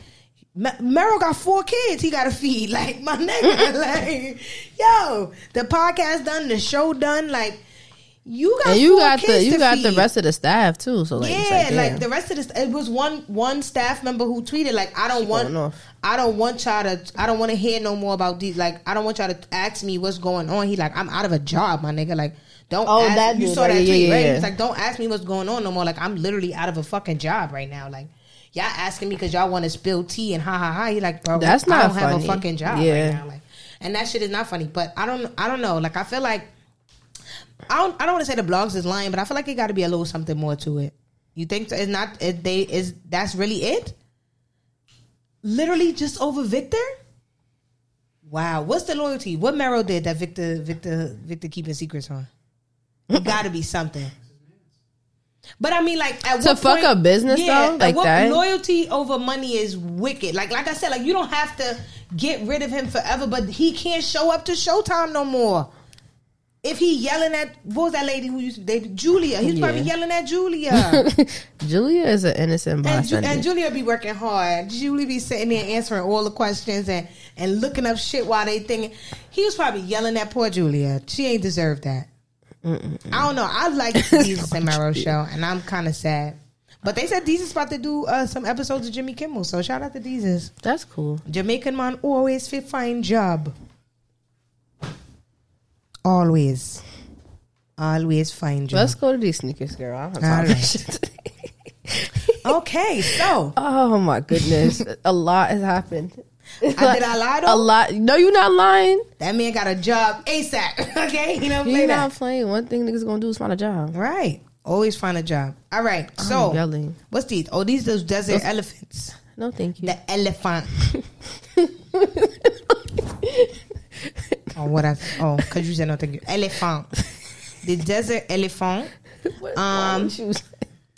Me- Meryl got four kids. He got to feed. Like my nigga, like yo, the podcast done, the show done. Like you got,
And you
four
got the
kids
you
to
got the
feed
rest of the staff too. So like, it's
yeah, like,
damn.
the rest of this, it was one one staff member who tweeted like, "I don't
going
want,
off.
I don't want y'all to, I don't want to hear no more about these. Like, I don't want y'all to ask me what's going on." He like, "I'm out of a job, my nigga. Like, don't.
Oh,
ask,
that
you
dude,
saw
right,
that
yeah,
tweet,
yeah,
right?
yeah.
It's like, don't ask me what's going on no more. Like, I'm literally out of a fucking job right now. Like, y'all asking me because y'all want to spill tea and ha ha ha. He like, bro,
That's
I
not
don't have a
funny.
fucking job
Yeah.
right now. Like, and that shit is not funny. But I don't, I don't know. Like, I feel like. I don't, I don't want to say the blogs is lying, but I feel like it got to be a little something more to it. You think so? It's not. It, they is that's really it. Literally just over Victor. Wow, what's the loyalty? What Mero did that Victor Victor Victor keeping secrets on? It got to be something. But I mean, like at
To
what
fuck
point-
up business, though?
at
Like
what-
that?
Loyalty over money is wicked. Like like I said, like you don't have to get rid of him forever, but he can't show up to Showtime no more if he yelling at what was that lady who used to they Julia? He's probably
Yeah.
yelling at Julia.
Julia is an innocent
and, Ju-
bystander.
and Julia be working hard. Julia be sitting there answering all the questions and and looking up shit while they thinking. He was probably yelling at poor Julia. She ain't deserved that. I don't know. I like Jesus and Mero show, and I'm kind of sad. But they said Deezus about to do uh, some episodes of Jimmy Kimmel, so shout out to Deezus.
That's cool.
Jamaican man always fit fine job. Always. Always fine job.
Let's go to these sneakers, girl. I'm
All
tired of this shit.
Okay, so
Oh my goodness, a lot has happened. Did
I lie, though?
A lot. No, you're not lying.
that man got a job ASAP. Okay, you know what I'm
You're
saying?
not playing. One thing niggas gonna do is find a job.
Right. Always find a job. All right.
Oh,
So
I'm yelling.
what's these? Oh, these those desert elephants.
No, thank you.
The elephant. oh, what I oh, cause you said no thank you. Elephant. The desert elephant.
What
Um,
is wrong with you?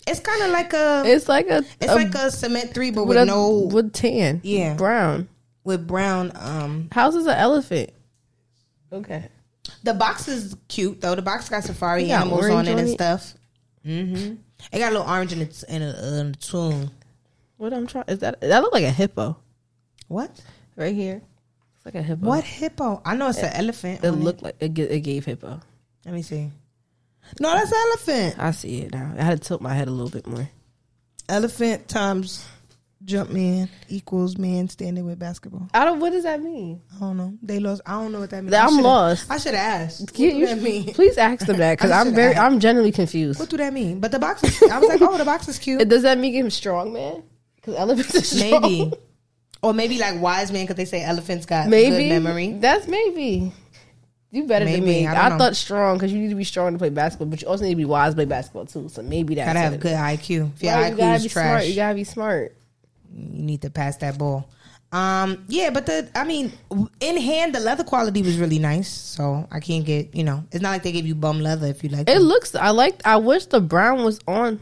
It's kind of like a.
it's like a.
It's
a-
like a cement three, but with,
a-
no
with tan.
Yeah.
brown.
with brown. Um,
House is an elephant. Okay.
the box is cute though. The box got safari
It got
animals on
orange
it
on
and
it.
stuff. Mm-hmm. It got a little orange in its in a, uh, in a tune.
What I'm trying is that that look like a hippo
What?
right here. It's like a hippo.
What hippo? I know it's an elephant.
Oh. It
on it.
looked like it, ga- it gave hippo.
Let me see. No, that's elephant.
I see it now. I had to tilt my head a little bit more.
Elephant times jump man equals man standing with basketball.
I don't. What does that mean?
I don't know. They lost. I don't know what that means.
That
I
I'm
should've-
lost.
I should have asked.
Yeah,
what do
you
that
should-
mean?
Please ask them that because
I
I'm
should
very,
ask.
I'm generally confused.
What do that mean? But the box is. I was like, oh, the box is cute.
It- Does that make him strong, man? Because elephants are strong.
Maybe. Or maybe like wise man, because they say elephants got
maybe
good memory.
That's maybe. You better than
Maybe,
me.
I don't
I,
know.
thought strong because you need to be strong to play basketball, but you also need to be wise to play basketball too. So maybe that's
Gotta have
it.
good IQ. If your
Right, you
IQ
gotta
is
be
trash,
smart. You gotta be smart.
you need to pass that ball. Um, yeah, but the I mean, w- in hand, the leather quality was really nice. So I can't get you know, it's not like they give you bum leather if you like.
It
them.
looks. I like. I wish the brown was on.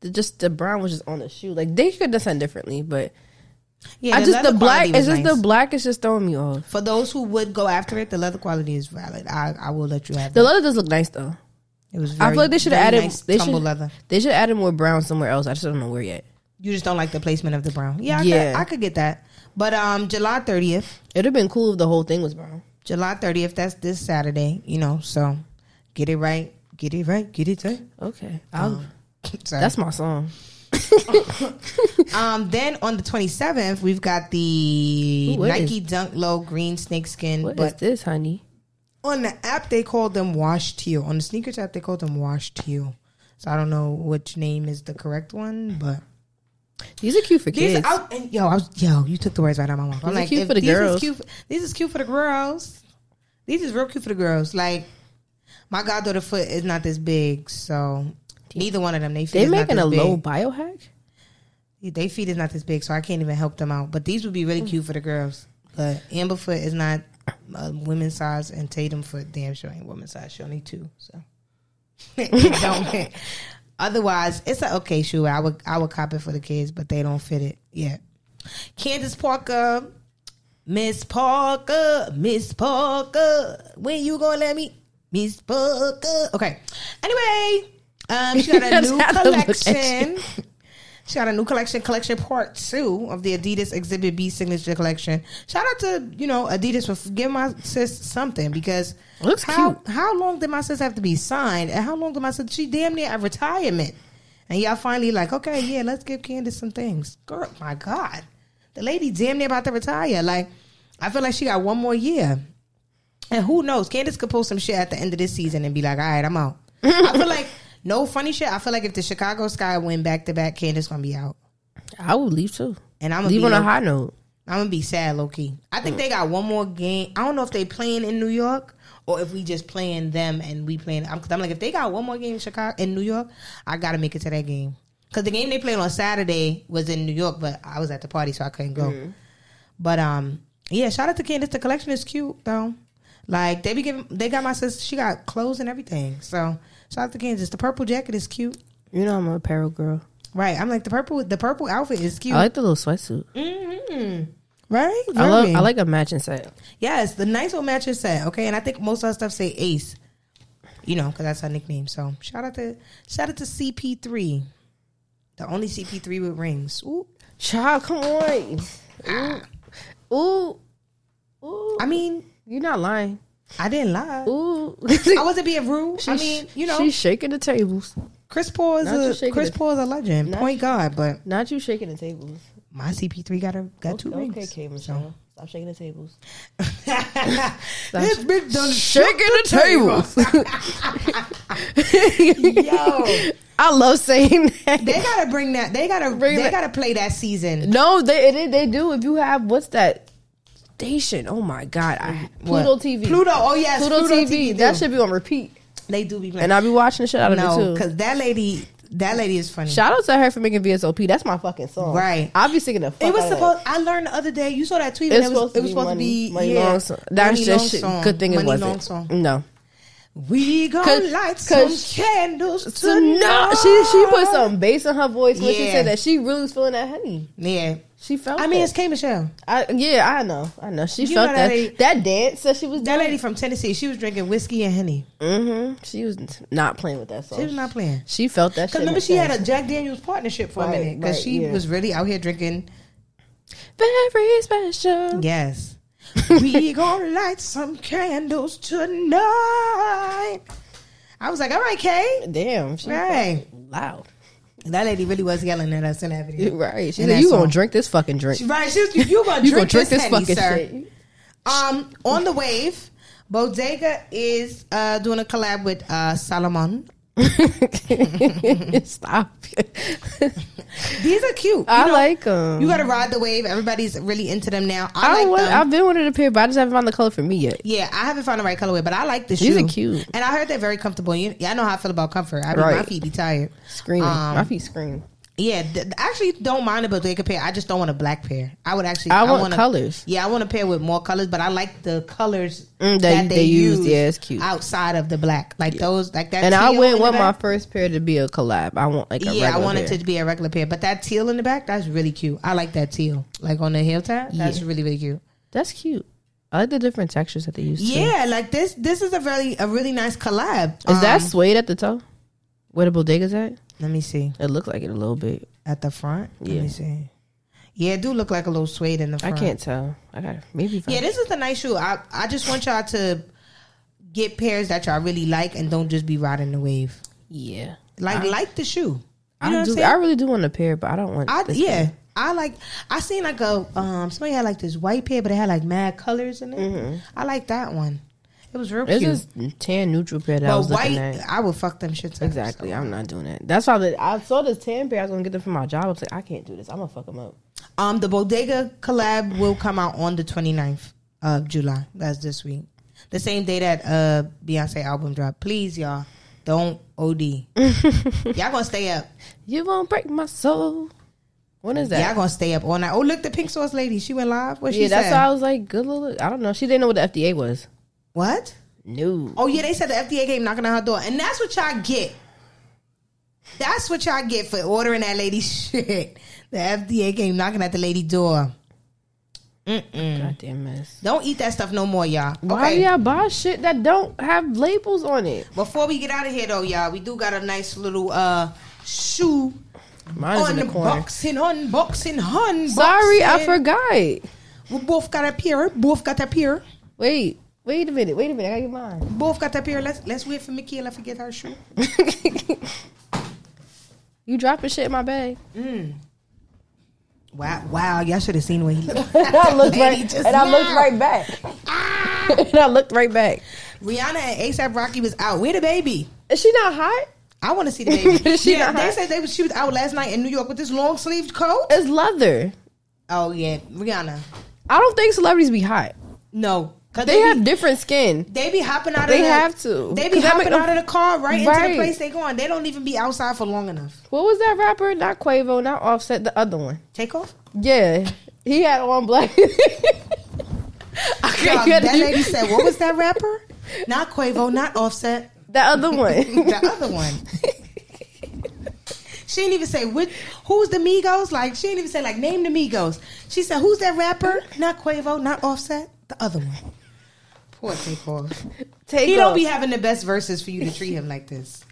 The, just the brown was just on the shoe. Like they could have done differently, but
yeah,
I just the
leather
black.
quality
It's
was
just
nice.
the black is just throwing me off.
for those who would go after it. The leather quality is valid. I, I will let you have
The
that.
leather does look nice though.
It was.
I
Very,
feel like they should
very
have added.
nice
they
tumble
should.
leather.
They should have added more brown somewhere else. I just don't know where yet.
You just don't like the placement of the brown. Yeah, I
Yeah.
Could, I could get that. But um, July thirtieth.
It'd have been cool if the whole thing was brown.
July 30th. That's this Saturday, you know. So get it right. Get it right. Get it right. Um,
Okay,
Oh,
I'll, Oh.
Sorry.
that's my song.
um, then on the 27th, we've got the
Ooh, what
Nike Dunk Low Green Snake Skin.
What is
but
this, honey?
on the app, they call them Wash Teal. On the sneakers app, they call them Wash Teal. So I don't know which name is the correct one, but
These are cute for
these
kids.
I, and yo, I was, yo, you took the words right out of my mouth. I'm
These are
like,
cute
if
for the
these is
girls.
cute, these is cute for the girls. These is real cute for the girls. Like My goddaughter foot is not this big, so neither one of them they feet.
They're
is
making a
not this
low biohack.
big. They feet is not this big, so I can't even help them out. But these would be really cute for the girls. But Amber foot is not uh, women's size, and Tatum foot damn sure ain't women's size. She only two, so it don't fit. Otherwise, it's an okay shoe. I would I would cop it for the kids, but they don't fit it yet. Candace Parker, Miss Parker, Miss Parker, when you gonna let me, Miss Parker? Okay. Anyway, um, she got a
That's
new
how to look at
collection. She got a new collection, collection part two of the Adidas Exhibit B signature collection. Shout out to you know Adidas for f- giving my sis something because
Looks
how
cute.
how long did my sis have to be signed and how long did my sis she damn near at retirement and y'all finally like okay yeah let's give Candace some things. Girl, my God, the lady damn near about to retire. Like I feel like she got one more year. And who knows? Candace could post some shit at the end of this season and be like, all right, I'm out. I feel like, no funny shit. I feel like if the Chicago Sky win back to back, Candace gonna be out.
I would leave too.
And I'm gonna,
Leave
be,
on a
low-
high note.
I'm gonna be sad, low key. I think they got one more game. I don't know if they playing in New York or if we just playing them and we playing. I'm, 'cause I'm like, if they got one more game in Chicago in New York, I gotta make it to that game. Cause the game they played on Saturday was in New York, but I was at the party, so I couldn't go.
Mm-hmm.
But um, yeah, shout out to Candace. The collection is cute though. Like they be giving, they got my sister. She got clothes and everything. So shout out to Candace. The purple jacket is cute.
You know I'm an apparel girl.
Right, I'm like the purple. The purple outfit is cute.
I like the little sweatsuit.
Mhm. Right,
Uh, I love.
Very.
I like a matching set.
Yes, the nice old mattress set. Okay, and I think most of our stuff say Ace. You know, because that's her nickname. So shout out to shout out to CP3, the only CP3 with rings. Ooh,
Child, come on. Ooh, ooh.
I mean,
You're not lying.
I didn't lie.
Ooh.
I wasn't being rude. I mean, you know,
she's shaking the tables.
Chris Paul
Not you
is a
shaking
Chris
it.
Paul is a legend,
Not
point guard. But
Not you shaking the tables.
my CP3 got a got two
okay,
rings.
okay, Michelle. Stop shaking the tables.
this bitch done
Shaking the tables.
Yo.
I love saying that.
They gotta bring that. They gotta.
Bring
they
that-
gotta play that season.
No, they they, they do. If you have what's that station? Oh my god, I, Pluto
Mm, What?
TV.
Pluto. Oh yes.
Pluto, TV.
do.
That should be on repeat,
They do be playing.
and I be watching the shit out of
no,
it too.
because that lady, that lady is funny.
Shout out to her for making VSOP. That's my fucking song.
Right.
I'll be singing the. Fuck
it was
out of
supposed. I learned the other day. You saw that tweet.
That. It's
and It was.
supposed
It was supposed to be. yeah,
Long song. That's
Money
just
Long
shit.
Song.
Good thing it
Money
wasn't.
Long song.
No.
We gonna
Cause-
light some
cause-
candles
So
tonight.
no, she she put some bass in her voice when she
Yeah.
said that she really was feeling that honey.
Yeah,
She felt.
I mean
it.
it's K Michelle.
I, yeah, I know, I know. She
You
felt
know that
that
lady-
that, dance that she was
That
doing.
lady from Tennessee. She was drinking whiskey and henny.
Mm-hmm. She was not playing with that song.
She was not playing.
She felt that Oh, shit.
Cause remember she had a Jack Daniels partnership for
Right,
a minute. Cause
right,
she
yeah.
was really out here drinking.
very special.
Yes. we gonna light some candles tonight. I was like, all right, Kay.
Damn, she
Right.
felt loud.
That lady really was yelling at us in that video.
Right. She said,
And that
"You
song.
gonna drink this fucking drink?
She- Right, she was, you gonna drink,
you gonna drink this,
this, Henny,
fucking
sir.
shit?"
Um, on the wave, Bodega is uh, doing a collab with uh, Salomon.
Stop.
These are cute. You
I
know,
like them.
You gotta ride the wave. Everybody's really into them now. I,
I
like
want,
them.
I've been wanting a pair, but I just haven't found the color for me yet.
yeah, I haven't found the right colorway, but I like the shoe.
These are cute.
and I heard they're very comfortable. You, yeah, I know how I feel about comfort. I mean, my
Right.
feet be tired.
Screaming,
Um,
my feet scream.
Yeah, th- actually, don't mind a bodega pair. I just don't want a black pair. I would actually.
I want
wanna-
colors.
Yeah, I want a pair with more colors, but I like the colors
Mm, that you- they used. Yeah, it's cute.
outside of the black, like those, like that.
And I
teal in
wouldn't
the
want my
back.
first pair to be a collab. I want like a
Yeah, I
regular
want
pair.
it to be a regular pair, but that teal in the back, that's really cute. I like that teal, like on the hilltop. That's really really cute.
That's cute. I like the different textures that they use. too.
Yeah, like this. This is a really a really nice collab.
Is that
Um,
suede at the toe? Where the bodega's at?
Let me see
It looked like it a little bit.
at the front. Let
Yeah.
me see. Yeah, it do look like a little suede in the
I
front.
can't tell. I got maybe. if I-
Yeah, this is a nice shoe. I, I just want y'all to get pairs that y'all really like and don't just be riding the wave.
yeah.
Like like the shoe. You know what
I
I'm
do.
saying?
I really do want a pair, but I don't want.
I,
this
yeah.
pair.
I like I seen like a um somebody had like this white pair but it had like mad colors in it. I like that one. It was real
There's
cute.
Mm-hmm. this tan neutral pair that I
but
was looking
white
at.
I would fuck them shits up.
Exactly. I'm not doing that. That's why the, I saw this tan pair. I was gonna get them for my job. I was like, I can't do this. I'm gonna fuck them up.
Um, the Bodega collab will come out on the 29th of July. That's this week. the same day that uh Beyonce album dropped. Please, y'all, don't OD. y'all gonna stay up.
You won't break my soul. When is that?
Y'all gonna stay up all night. Oh, look, the pink sauce lady. She went live. What she
yeah, that's
said?
why I was like, good little. I don't know. She didn't know what the FDA was.
What?
No.
Oh yeah, they said the FDA came knocking on her door, and that's what y'all get. That's what y'all get for ordering that lady shit. The FDA came knocking at the lady door. Mm-mm.
God damn mess.
Don't eat that stuff no more, y'all.
Why do y'all buy shit that don't have labels on it?
Before we get out of here though, y'all, we do got a nice little uh shoe
Mine is in the corner.
unboxing, unboxing, unboxing.
Sorry, I forgot.
We both got a pair. Both got a pair.
Wait, wait a minute. Wait a minute. I gotta get mine.
Both got a pair. Let's let's wait for Michaela to get her shoe.
you dropping shit in my bag.
Mm. Wow, wow, y'all should have seen what he looked.
and I looked
Lady
right,
just
and I looked
now.
right back. and I looked right back.
Rihanna and ASAP Rocky was out. Where the baby?
Is she not hot?
I want to see the baby.
She
yeah,
not
they
hot.
said they was, she was out last night in New York with this long sleeved coat.
It's leather.
Oh yeah, Rihanna.
I don't think celebrities be hot.
No, 'Cause
They
be,
have different skin.
they be hopping out. of
They
the,
have to.
They be
'Cause that
hopping
make
out
them-
of the car right, into the
Right.
place they going. They don't even be outside for long enough.
What was that rapper? Not Quavo, not Offset, the other one.
Take off.
Yeah, he had on black. I
Y'all,
can't get
that
you-
lady said, "What was that rapper? Not Quavo, not Offset,
The other one.
the other one." She didn't even say which. Who's the Migos? Like she didn't even say like name the Migos. She said, "Who's that rapper? Not Quavo, not Offset, the other one." Poor Take off.
Take
He don't
off.
be having the best verses for you to treat him like this.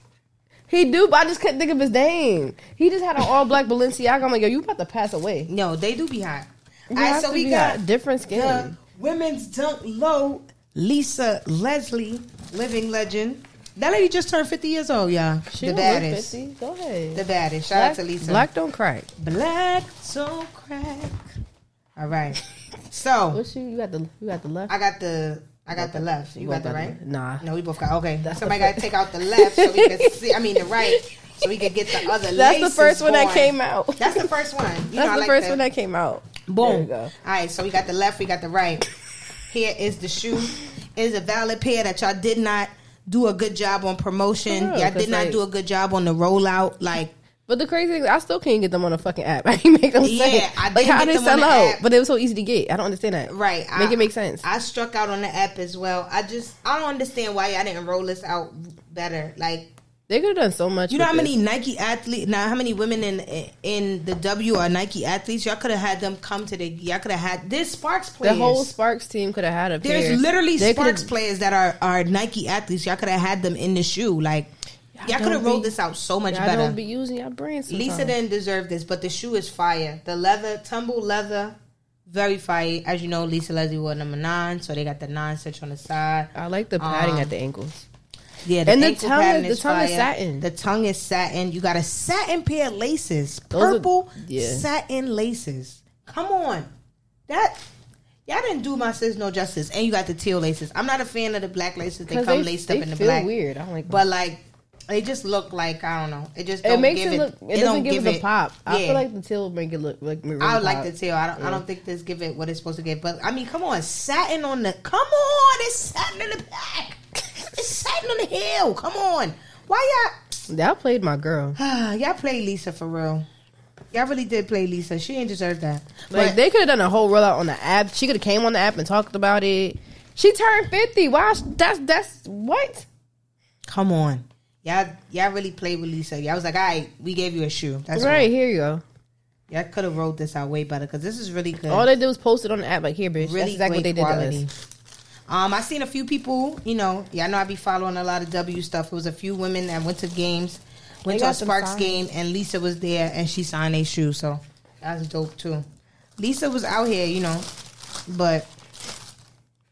He do, but I just couldn't think of his name. He just had an all black Balenciaga. I'm like, yo, you about to pass away.
No, they do be hot. All
You
right,
have
so
to
we
be
got
hot. different skin.
the women's dunk low. Lisa Leslie, living legend. That lady just turned fifty years old, y'all.
She
the
don't look
baddest.
50. Go ahead.
The baddest. Shout out
black,
to Lisa.
black don't crack.
Black so crack. All right. So
What's you? You got the you got the left.
I got the I got the left. You got the right?
Nah.
No, we both got okay.
That's
Somebody
the
gotta take out the left so we can see I mean the right. So we can get the other
That's the
laces
first one that
going.
came out.
That's the first one. You know,
That's
I
the
like
first
to-
one that came out. There you
Boom.
go.
All right, so we got the left, we got the right. Here is the shoe. It is a valid pair that y'all did not do a good job on promotion.
For real,
y'all
'cause,
did not
like-
do a good job on the rollout. Like,
But the crazy thing, is, I still can't get them on a fucking app. I didn't make them
Yeah,
say.
I
like
didn't
how
get
they
them on
sell
the
out,
app.
but it was so easy to get. I don't understand that.
right.
Make
I-
it make sense.
I struck out on the app as well. I just, I don't understand why y'all didn't roll this out better. Like,
they could have done so much.
you know
with
how
this.
many Nike athletes, now how many women in in the W are Nike athletes? Y'all could have had them come to the, y'all could have had this Sparks
the
players.
whole Sparks team could have had a pair.
There's literally
They could've-
Sparks players that are, are Nike athletes. Y'all could have had them in the shoe. Like y'all could
don't
have rolled
be-
this out so much
Y'all
better.
don't be using your brains.
Lisa didn't deserve this, but the shoe is fire. The leather, tumble leather, very fire. As you know, Lisa Leslie wore number nine, so they got the nine stitch on the side.
I like the padding
Um,
at the ankles.
Yeah, the
And the
ankle
tongue
pattern
is- the tongue is
fire.
satin.
The tongue is satin. You got a satin pair of laces,
Those are-
purple
yeah.
satin laces. Come on, that y'all didn't do my sis no justice. And you got the teal laces. I'm not a fan of the black laces. They
'Cause
come laced
they
up in the
feel
black,
weird. I don't like.
but like they just look like I don't know. It just
it
don't
makes
give
it look. It,
don't
doesn't give it a pop. I
Yeah.
feel like the tail would make it look like. Maroon
I would
pop.
like the teal. I don't. I don't think this give it what it's supposed to give. But I mean, come on, satin on the. Come on, it's satin in the back. it's satin on the heel. Come on, why y'all?
That played my girl.
Ah, y'all played Lisa for real. Y'all really did play Lisa. She ain't deserve that.
Like
But
they could have done a whole rollout on the app. She could have came on the app and talked about it. She turned fifty. Wow, that's that's what.
come on, y'all y'all really played with Lisa. Y'all was like, all right, we gave you a shoe. That's
right
right.
here you go.
Y'all could have rolled this out way better because this is really good.
All they did was post it on the app. Like here, bitch.
really
that's exactly what they
great
did
quality.
to us.
Um, I seen a few people. You know, y'all know I be following a lot of W stuff. It was a few women that went to games,
They
went to
got
a
some
Sparks
signs.
game, and Lisa was there and she signed a shoe. So that was dope too. Lisa was out here, you know, but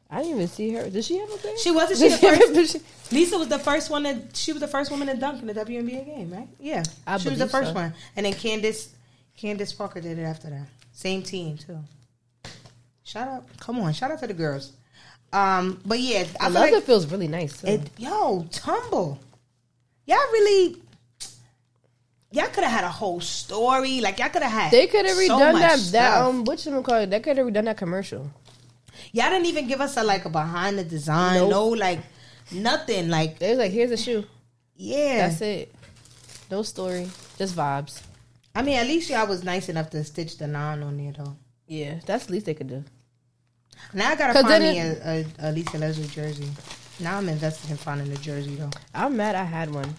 I didn't even see her. Did she have a thing?
she wasn't. She the first Lisa was the first one to she was the first woman to dunk in the WNBA game, right? Yeah,
I
she was the
believe
first
so.
one, and then Candace Candace Parker did it after that. Same team too. Shout out, come on, shout out to the girls. Um, but yeah, I
I
feel
love
like
it. Feels really nice. too.
it, yo tumble. Y'all really, y'all could have had a whole story. Like y'all could have had.
they could have
so
redone
much
that um, that
stuff.
um what you call it? They could have redone that commercial.
Y'all didn't even give us a like a behind the design.
Nope.
No, like nothing. Like
They was like, here's a shoe.
yeah.
That's it. No story. Just vibes.
I mean, at least y'all was nice enough to stitch the nine on there though.
Yeah, that's the least they could do.
Now I gotta
'Cause
find
then
me a, a, a Lisa Leslie jersey. Now I'm invested in finding a jersey though.
I'm mad I had one.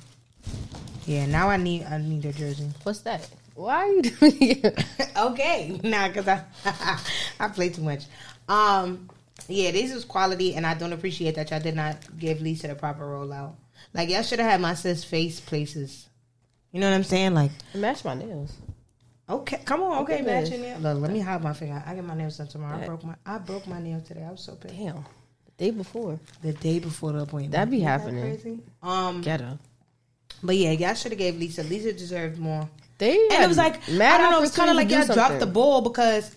Yeah, now I need I need a jersey.
What's that? Why are you doing
okay, nah, cause I I play too much. Um, yeah, this is quality, and I don't appreciate that y'all did not give Lisa the proper rollout. Like y'all should have had my sis face places. You know what I'm saying? Like,
Match my nails.
okay, come on, okay,
at
match
this.
your nail. Look, let me hide my finger. I get my nails done tomorrow. I broke my I broke my nail today. I was so pissed.
Damn. The day before.
The day before the appointment.
That be
Isn't
happening.
crazy? Um,
Ghetto.
but yeah, y'all should have gave Lisa. Lisa deserved more.
They
And it was like,
mad
I don't know, it was kind of like
opportunity to
y'all
do
dropped the
something.
ball because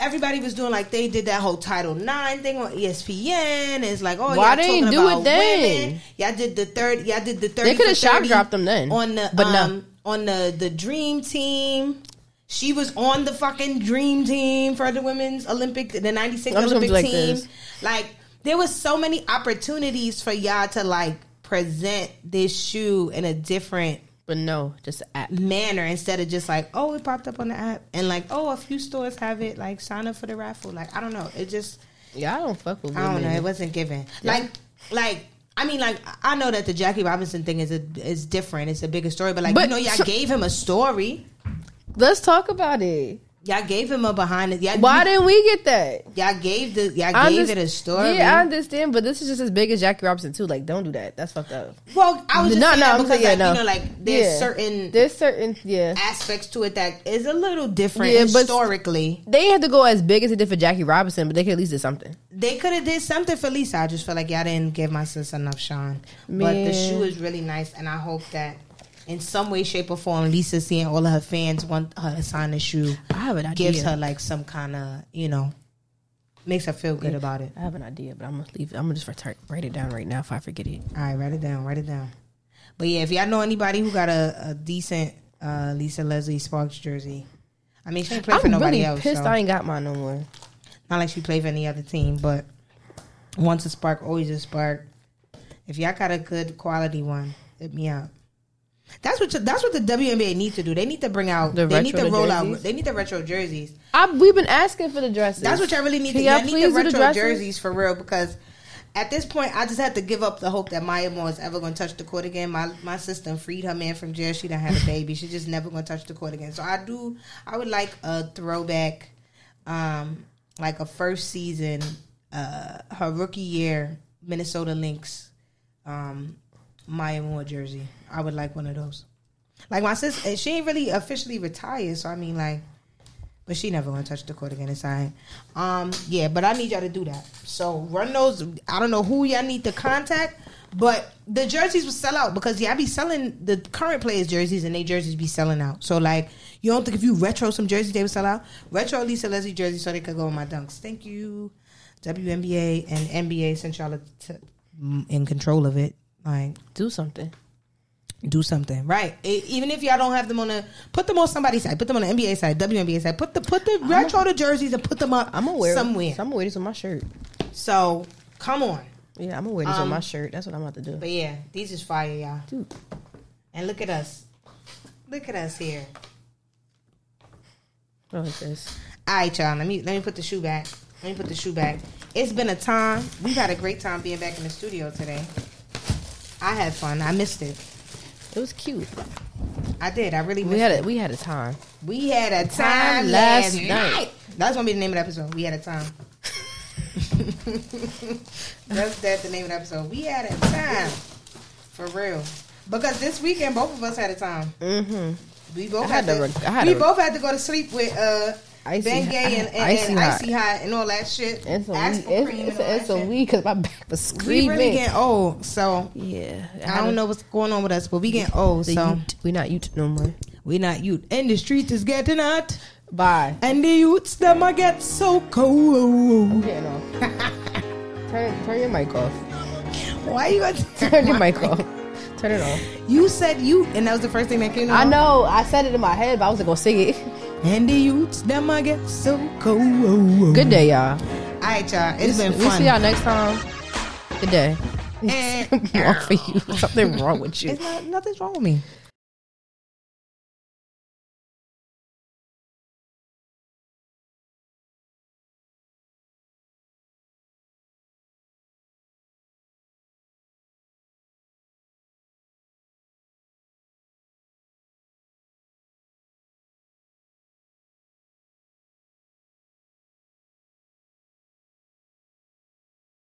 everybody was doing like they did that whole Title Nine thing on E ESPN. And it's like, oh,
Why
y'all
they
talking
ain't do it
about
then?
women. Y'all did the third. Y'all did the third.
They could have shock dropped them then.
on the
but no.
um, on the the Dream Team. She was on the fucking Dream Team for the women's Olympic, the '96
I'm just gonna
Olympic
be like
team.
this.
Like there was so many opportunities for y'all to like present this shoe in a different
But no, just app.
manner instead of just like, oh, it popped up on the app and like, oh, a few stores have it. Like, sign up for the raffle. Like, I don't know. It just,
Yeah, I don't fuck with
I
women.
don't know. It wasn't given. Like, like. I mean, like I know that the Jackie Robinson thing is a is different. It's a bigger story, but like you
But
know, y'all
so-
gave him a story.
Let's talk about it.
Y'all gave him a behind it. Y'all,
Why didn't we get that?
y'all gave the y'all
I
gave
underst-
it a story.
Yeah, I understand, but this is just as big as Jackie Robinson too. Like, don't do that. That's fucked up.
well, I was just
No,
saying
no,
that
I'm
because
saying,
like,
no.
you know, like there's
Yeah.
certain
There's certain yeah.
aspects to it that is a little different
Yeah, but-
historically.
They had to go as big as they did for Jackie Robinson, but they could at least do something.
they could have did something for Lisa. I just feel like y'all didn't give my sis enough shine. But the
Man.
shoe is really nice, and I hope that in some way, shape, or form, Lisa seeing all of her fans want her to sign the shoe
I have an idea.
gives her like some kind of you know makes her feel good about it.
I have an idea, but I'm gonna leave. I'm gonna just retar- write it down right now if I forget it.
All right, write it down. Write it down. But yeah, if y'all know anybody who got a, a decent uh, Lisa Leslie Sparks jersey, I mean she ain't played for
I'm
nobody
really
else.
pissed.
so-
I ain't got mine no more.
Not like she played for any other team, but once a spark, always a spark. If y'all got a good quality one, hit me up. That's what that's what the WNBA needs to do. They need to bring out.
The
they need to
retro
roll out.
jerseys?
They need the retro jerseys.
I, we've been asking for the dresses.
That's what y'all really need. To,
Can
y'all
y'all
need
please
the
do the
retro
dresses?
jerseys for real because at this point, I just had to give up the hope that Maya Moore is ever going to touch the court again. My my sister freed her man from jail. She done had a baby. She's just never going to touch the court again. So I do. I would like a throwback, um, like a first season, uh, her rookie year Minnesota Lynx, um, Maya Moore jersey. I would like one of those. Like my sister, she ain't really officially retired. So I mean, like. But she never gonna touch the court again. It's all right. Um, yeah, but I need y'all to do that. So run those. I don't know who y'all need to contact, but the jerseys will sell out because y'all be selling the current players' jerseys and they jerseys be selling out. So like, you don't think if you retro some jerseys they would sell out? Retro Lisa Leslie jerseys so they could go in my dunks. Thank you, WNBA and NBA since y'all are t- in control of it. Like,
do something.
do something right. E- even if y'all don't have them on a put them on somebody's side, put them on the NBA side, WNBA side. Put the put the retro the jerseys and put them up.
I'm gonna wear
somewhere.
So I'm gonna wear this with my shirt.
so come on,
Yeah, I'm gonna wear this
Um,
with my shirt. That's what I'm about to do.
but yeah, these is fire, y'all.
Dude,
And look at us, look at us here.
I like this.
All right, y'all. Let me let me put the shoe back. Let me put the shoe back. It's been a time. We've had a great time being back in the studio today. I had fun. I missed it.
It was cute.
I did. I really missed
We had a, we had a time.
We had a time,
Time last
last, night.
night.
That's gonna be the name of the episode. We had a time. that's that's the name of the episode. We had a time for real because this weekend both of us had a time.
Mm-hmm.
We both
I
had,
had
to.
to rec- I had
we
to rec-
both had to go to sleep with uh,
Icy
Ben
Hot-
Gay and, and,
Icy
and
Hot.
Icy Hot and all that shit.
It's a
Ask
week.
for
It's,
cream
it's,
and all
a, it's
that
a
shit.
week because my back was
We
screaming.
really getting old, so
yeah,
I don't know what's going on with us, but we getting old, so
we not YouTube no more.
we not youth. And the streets is getting hot.
Bye.
And the youths them I get so cold.
Getting off. turn turn your mic off.
Why you gonna
Turn your mic off. Turn it off.
You said you, and that was the first thing that came to
I
mind.
know. I said it in my head, but I wasn't gonna sing it.
And the youths them I get so cold.
Good day, y'all.
All All right, y'all. It's been
We
fun.
see y'all next time. Good day.
Eh.
Wrong for you. Something wrong with you.
It's not, nothing's wrong with me.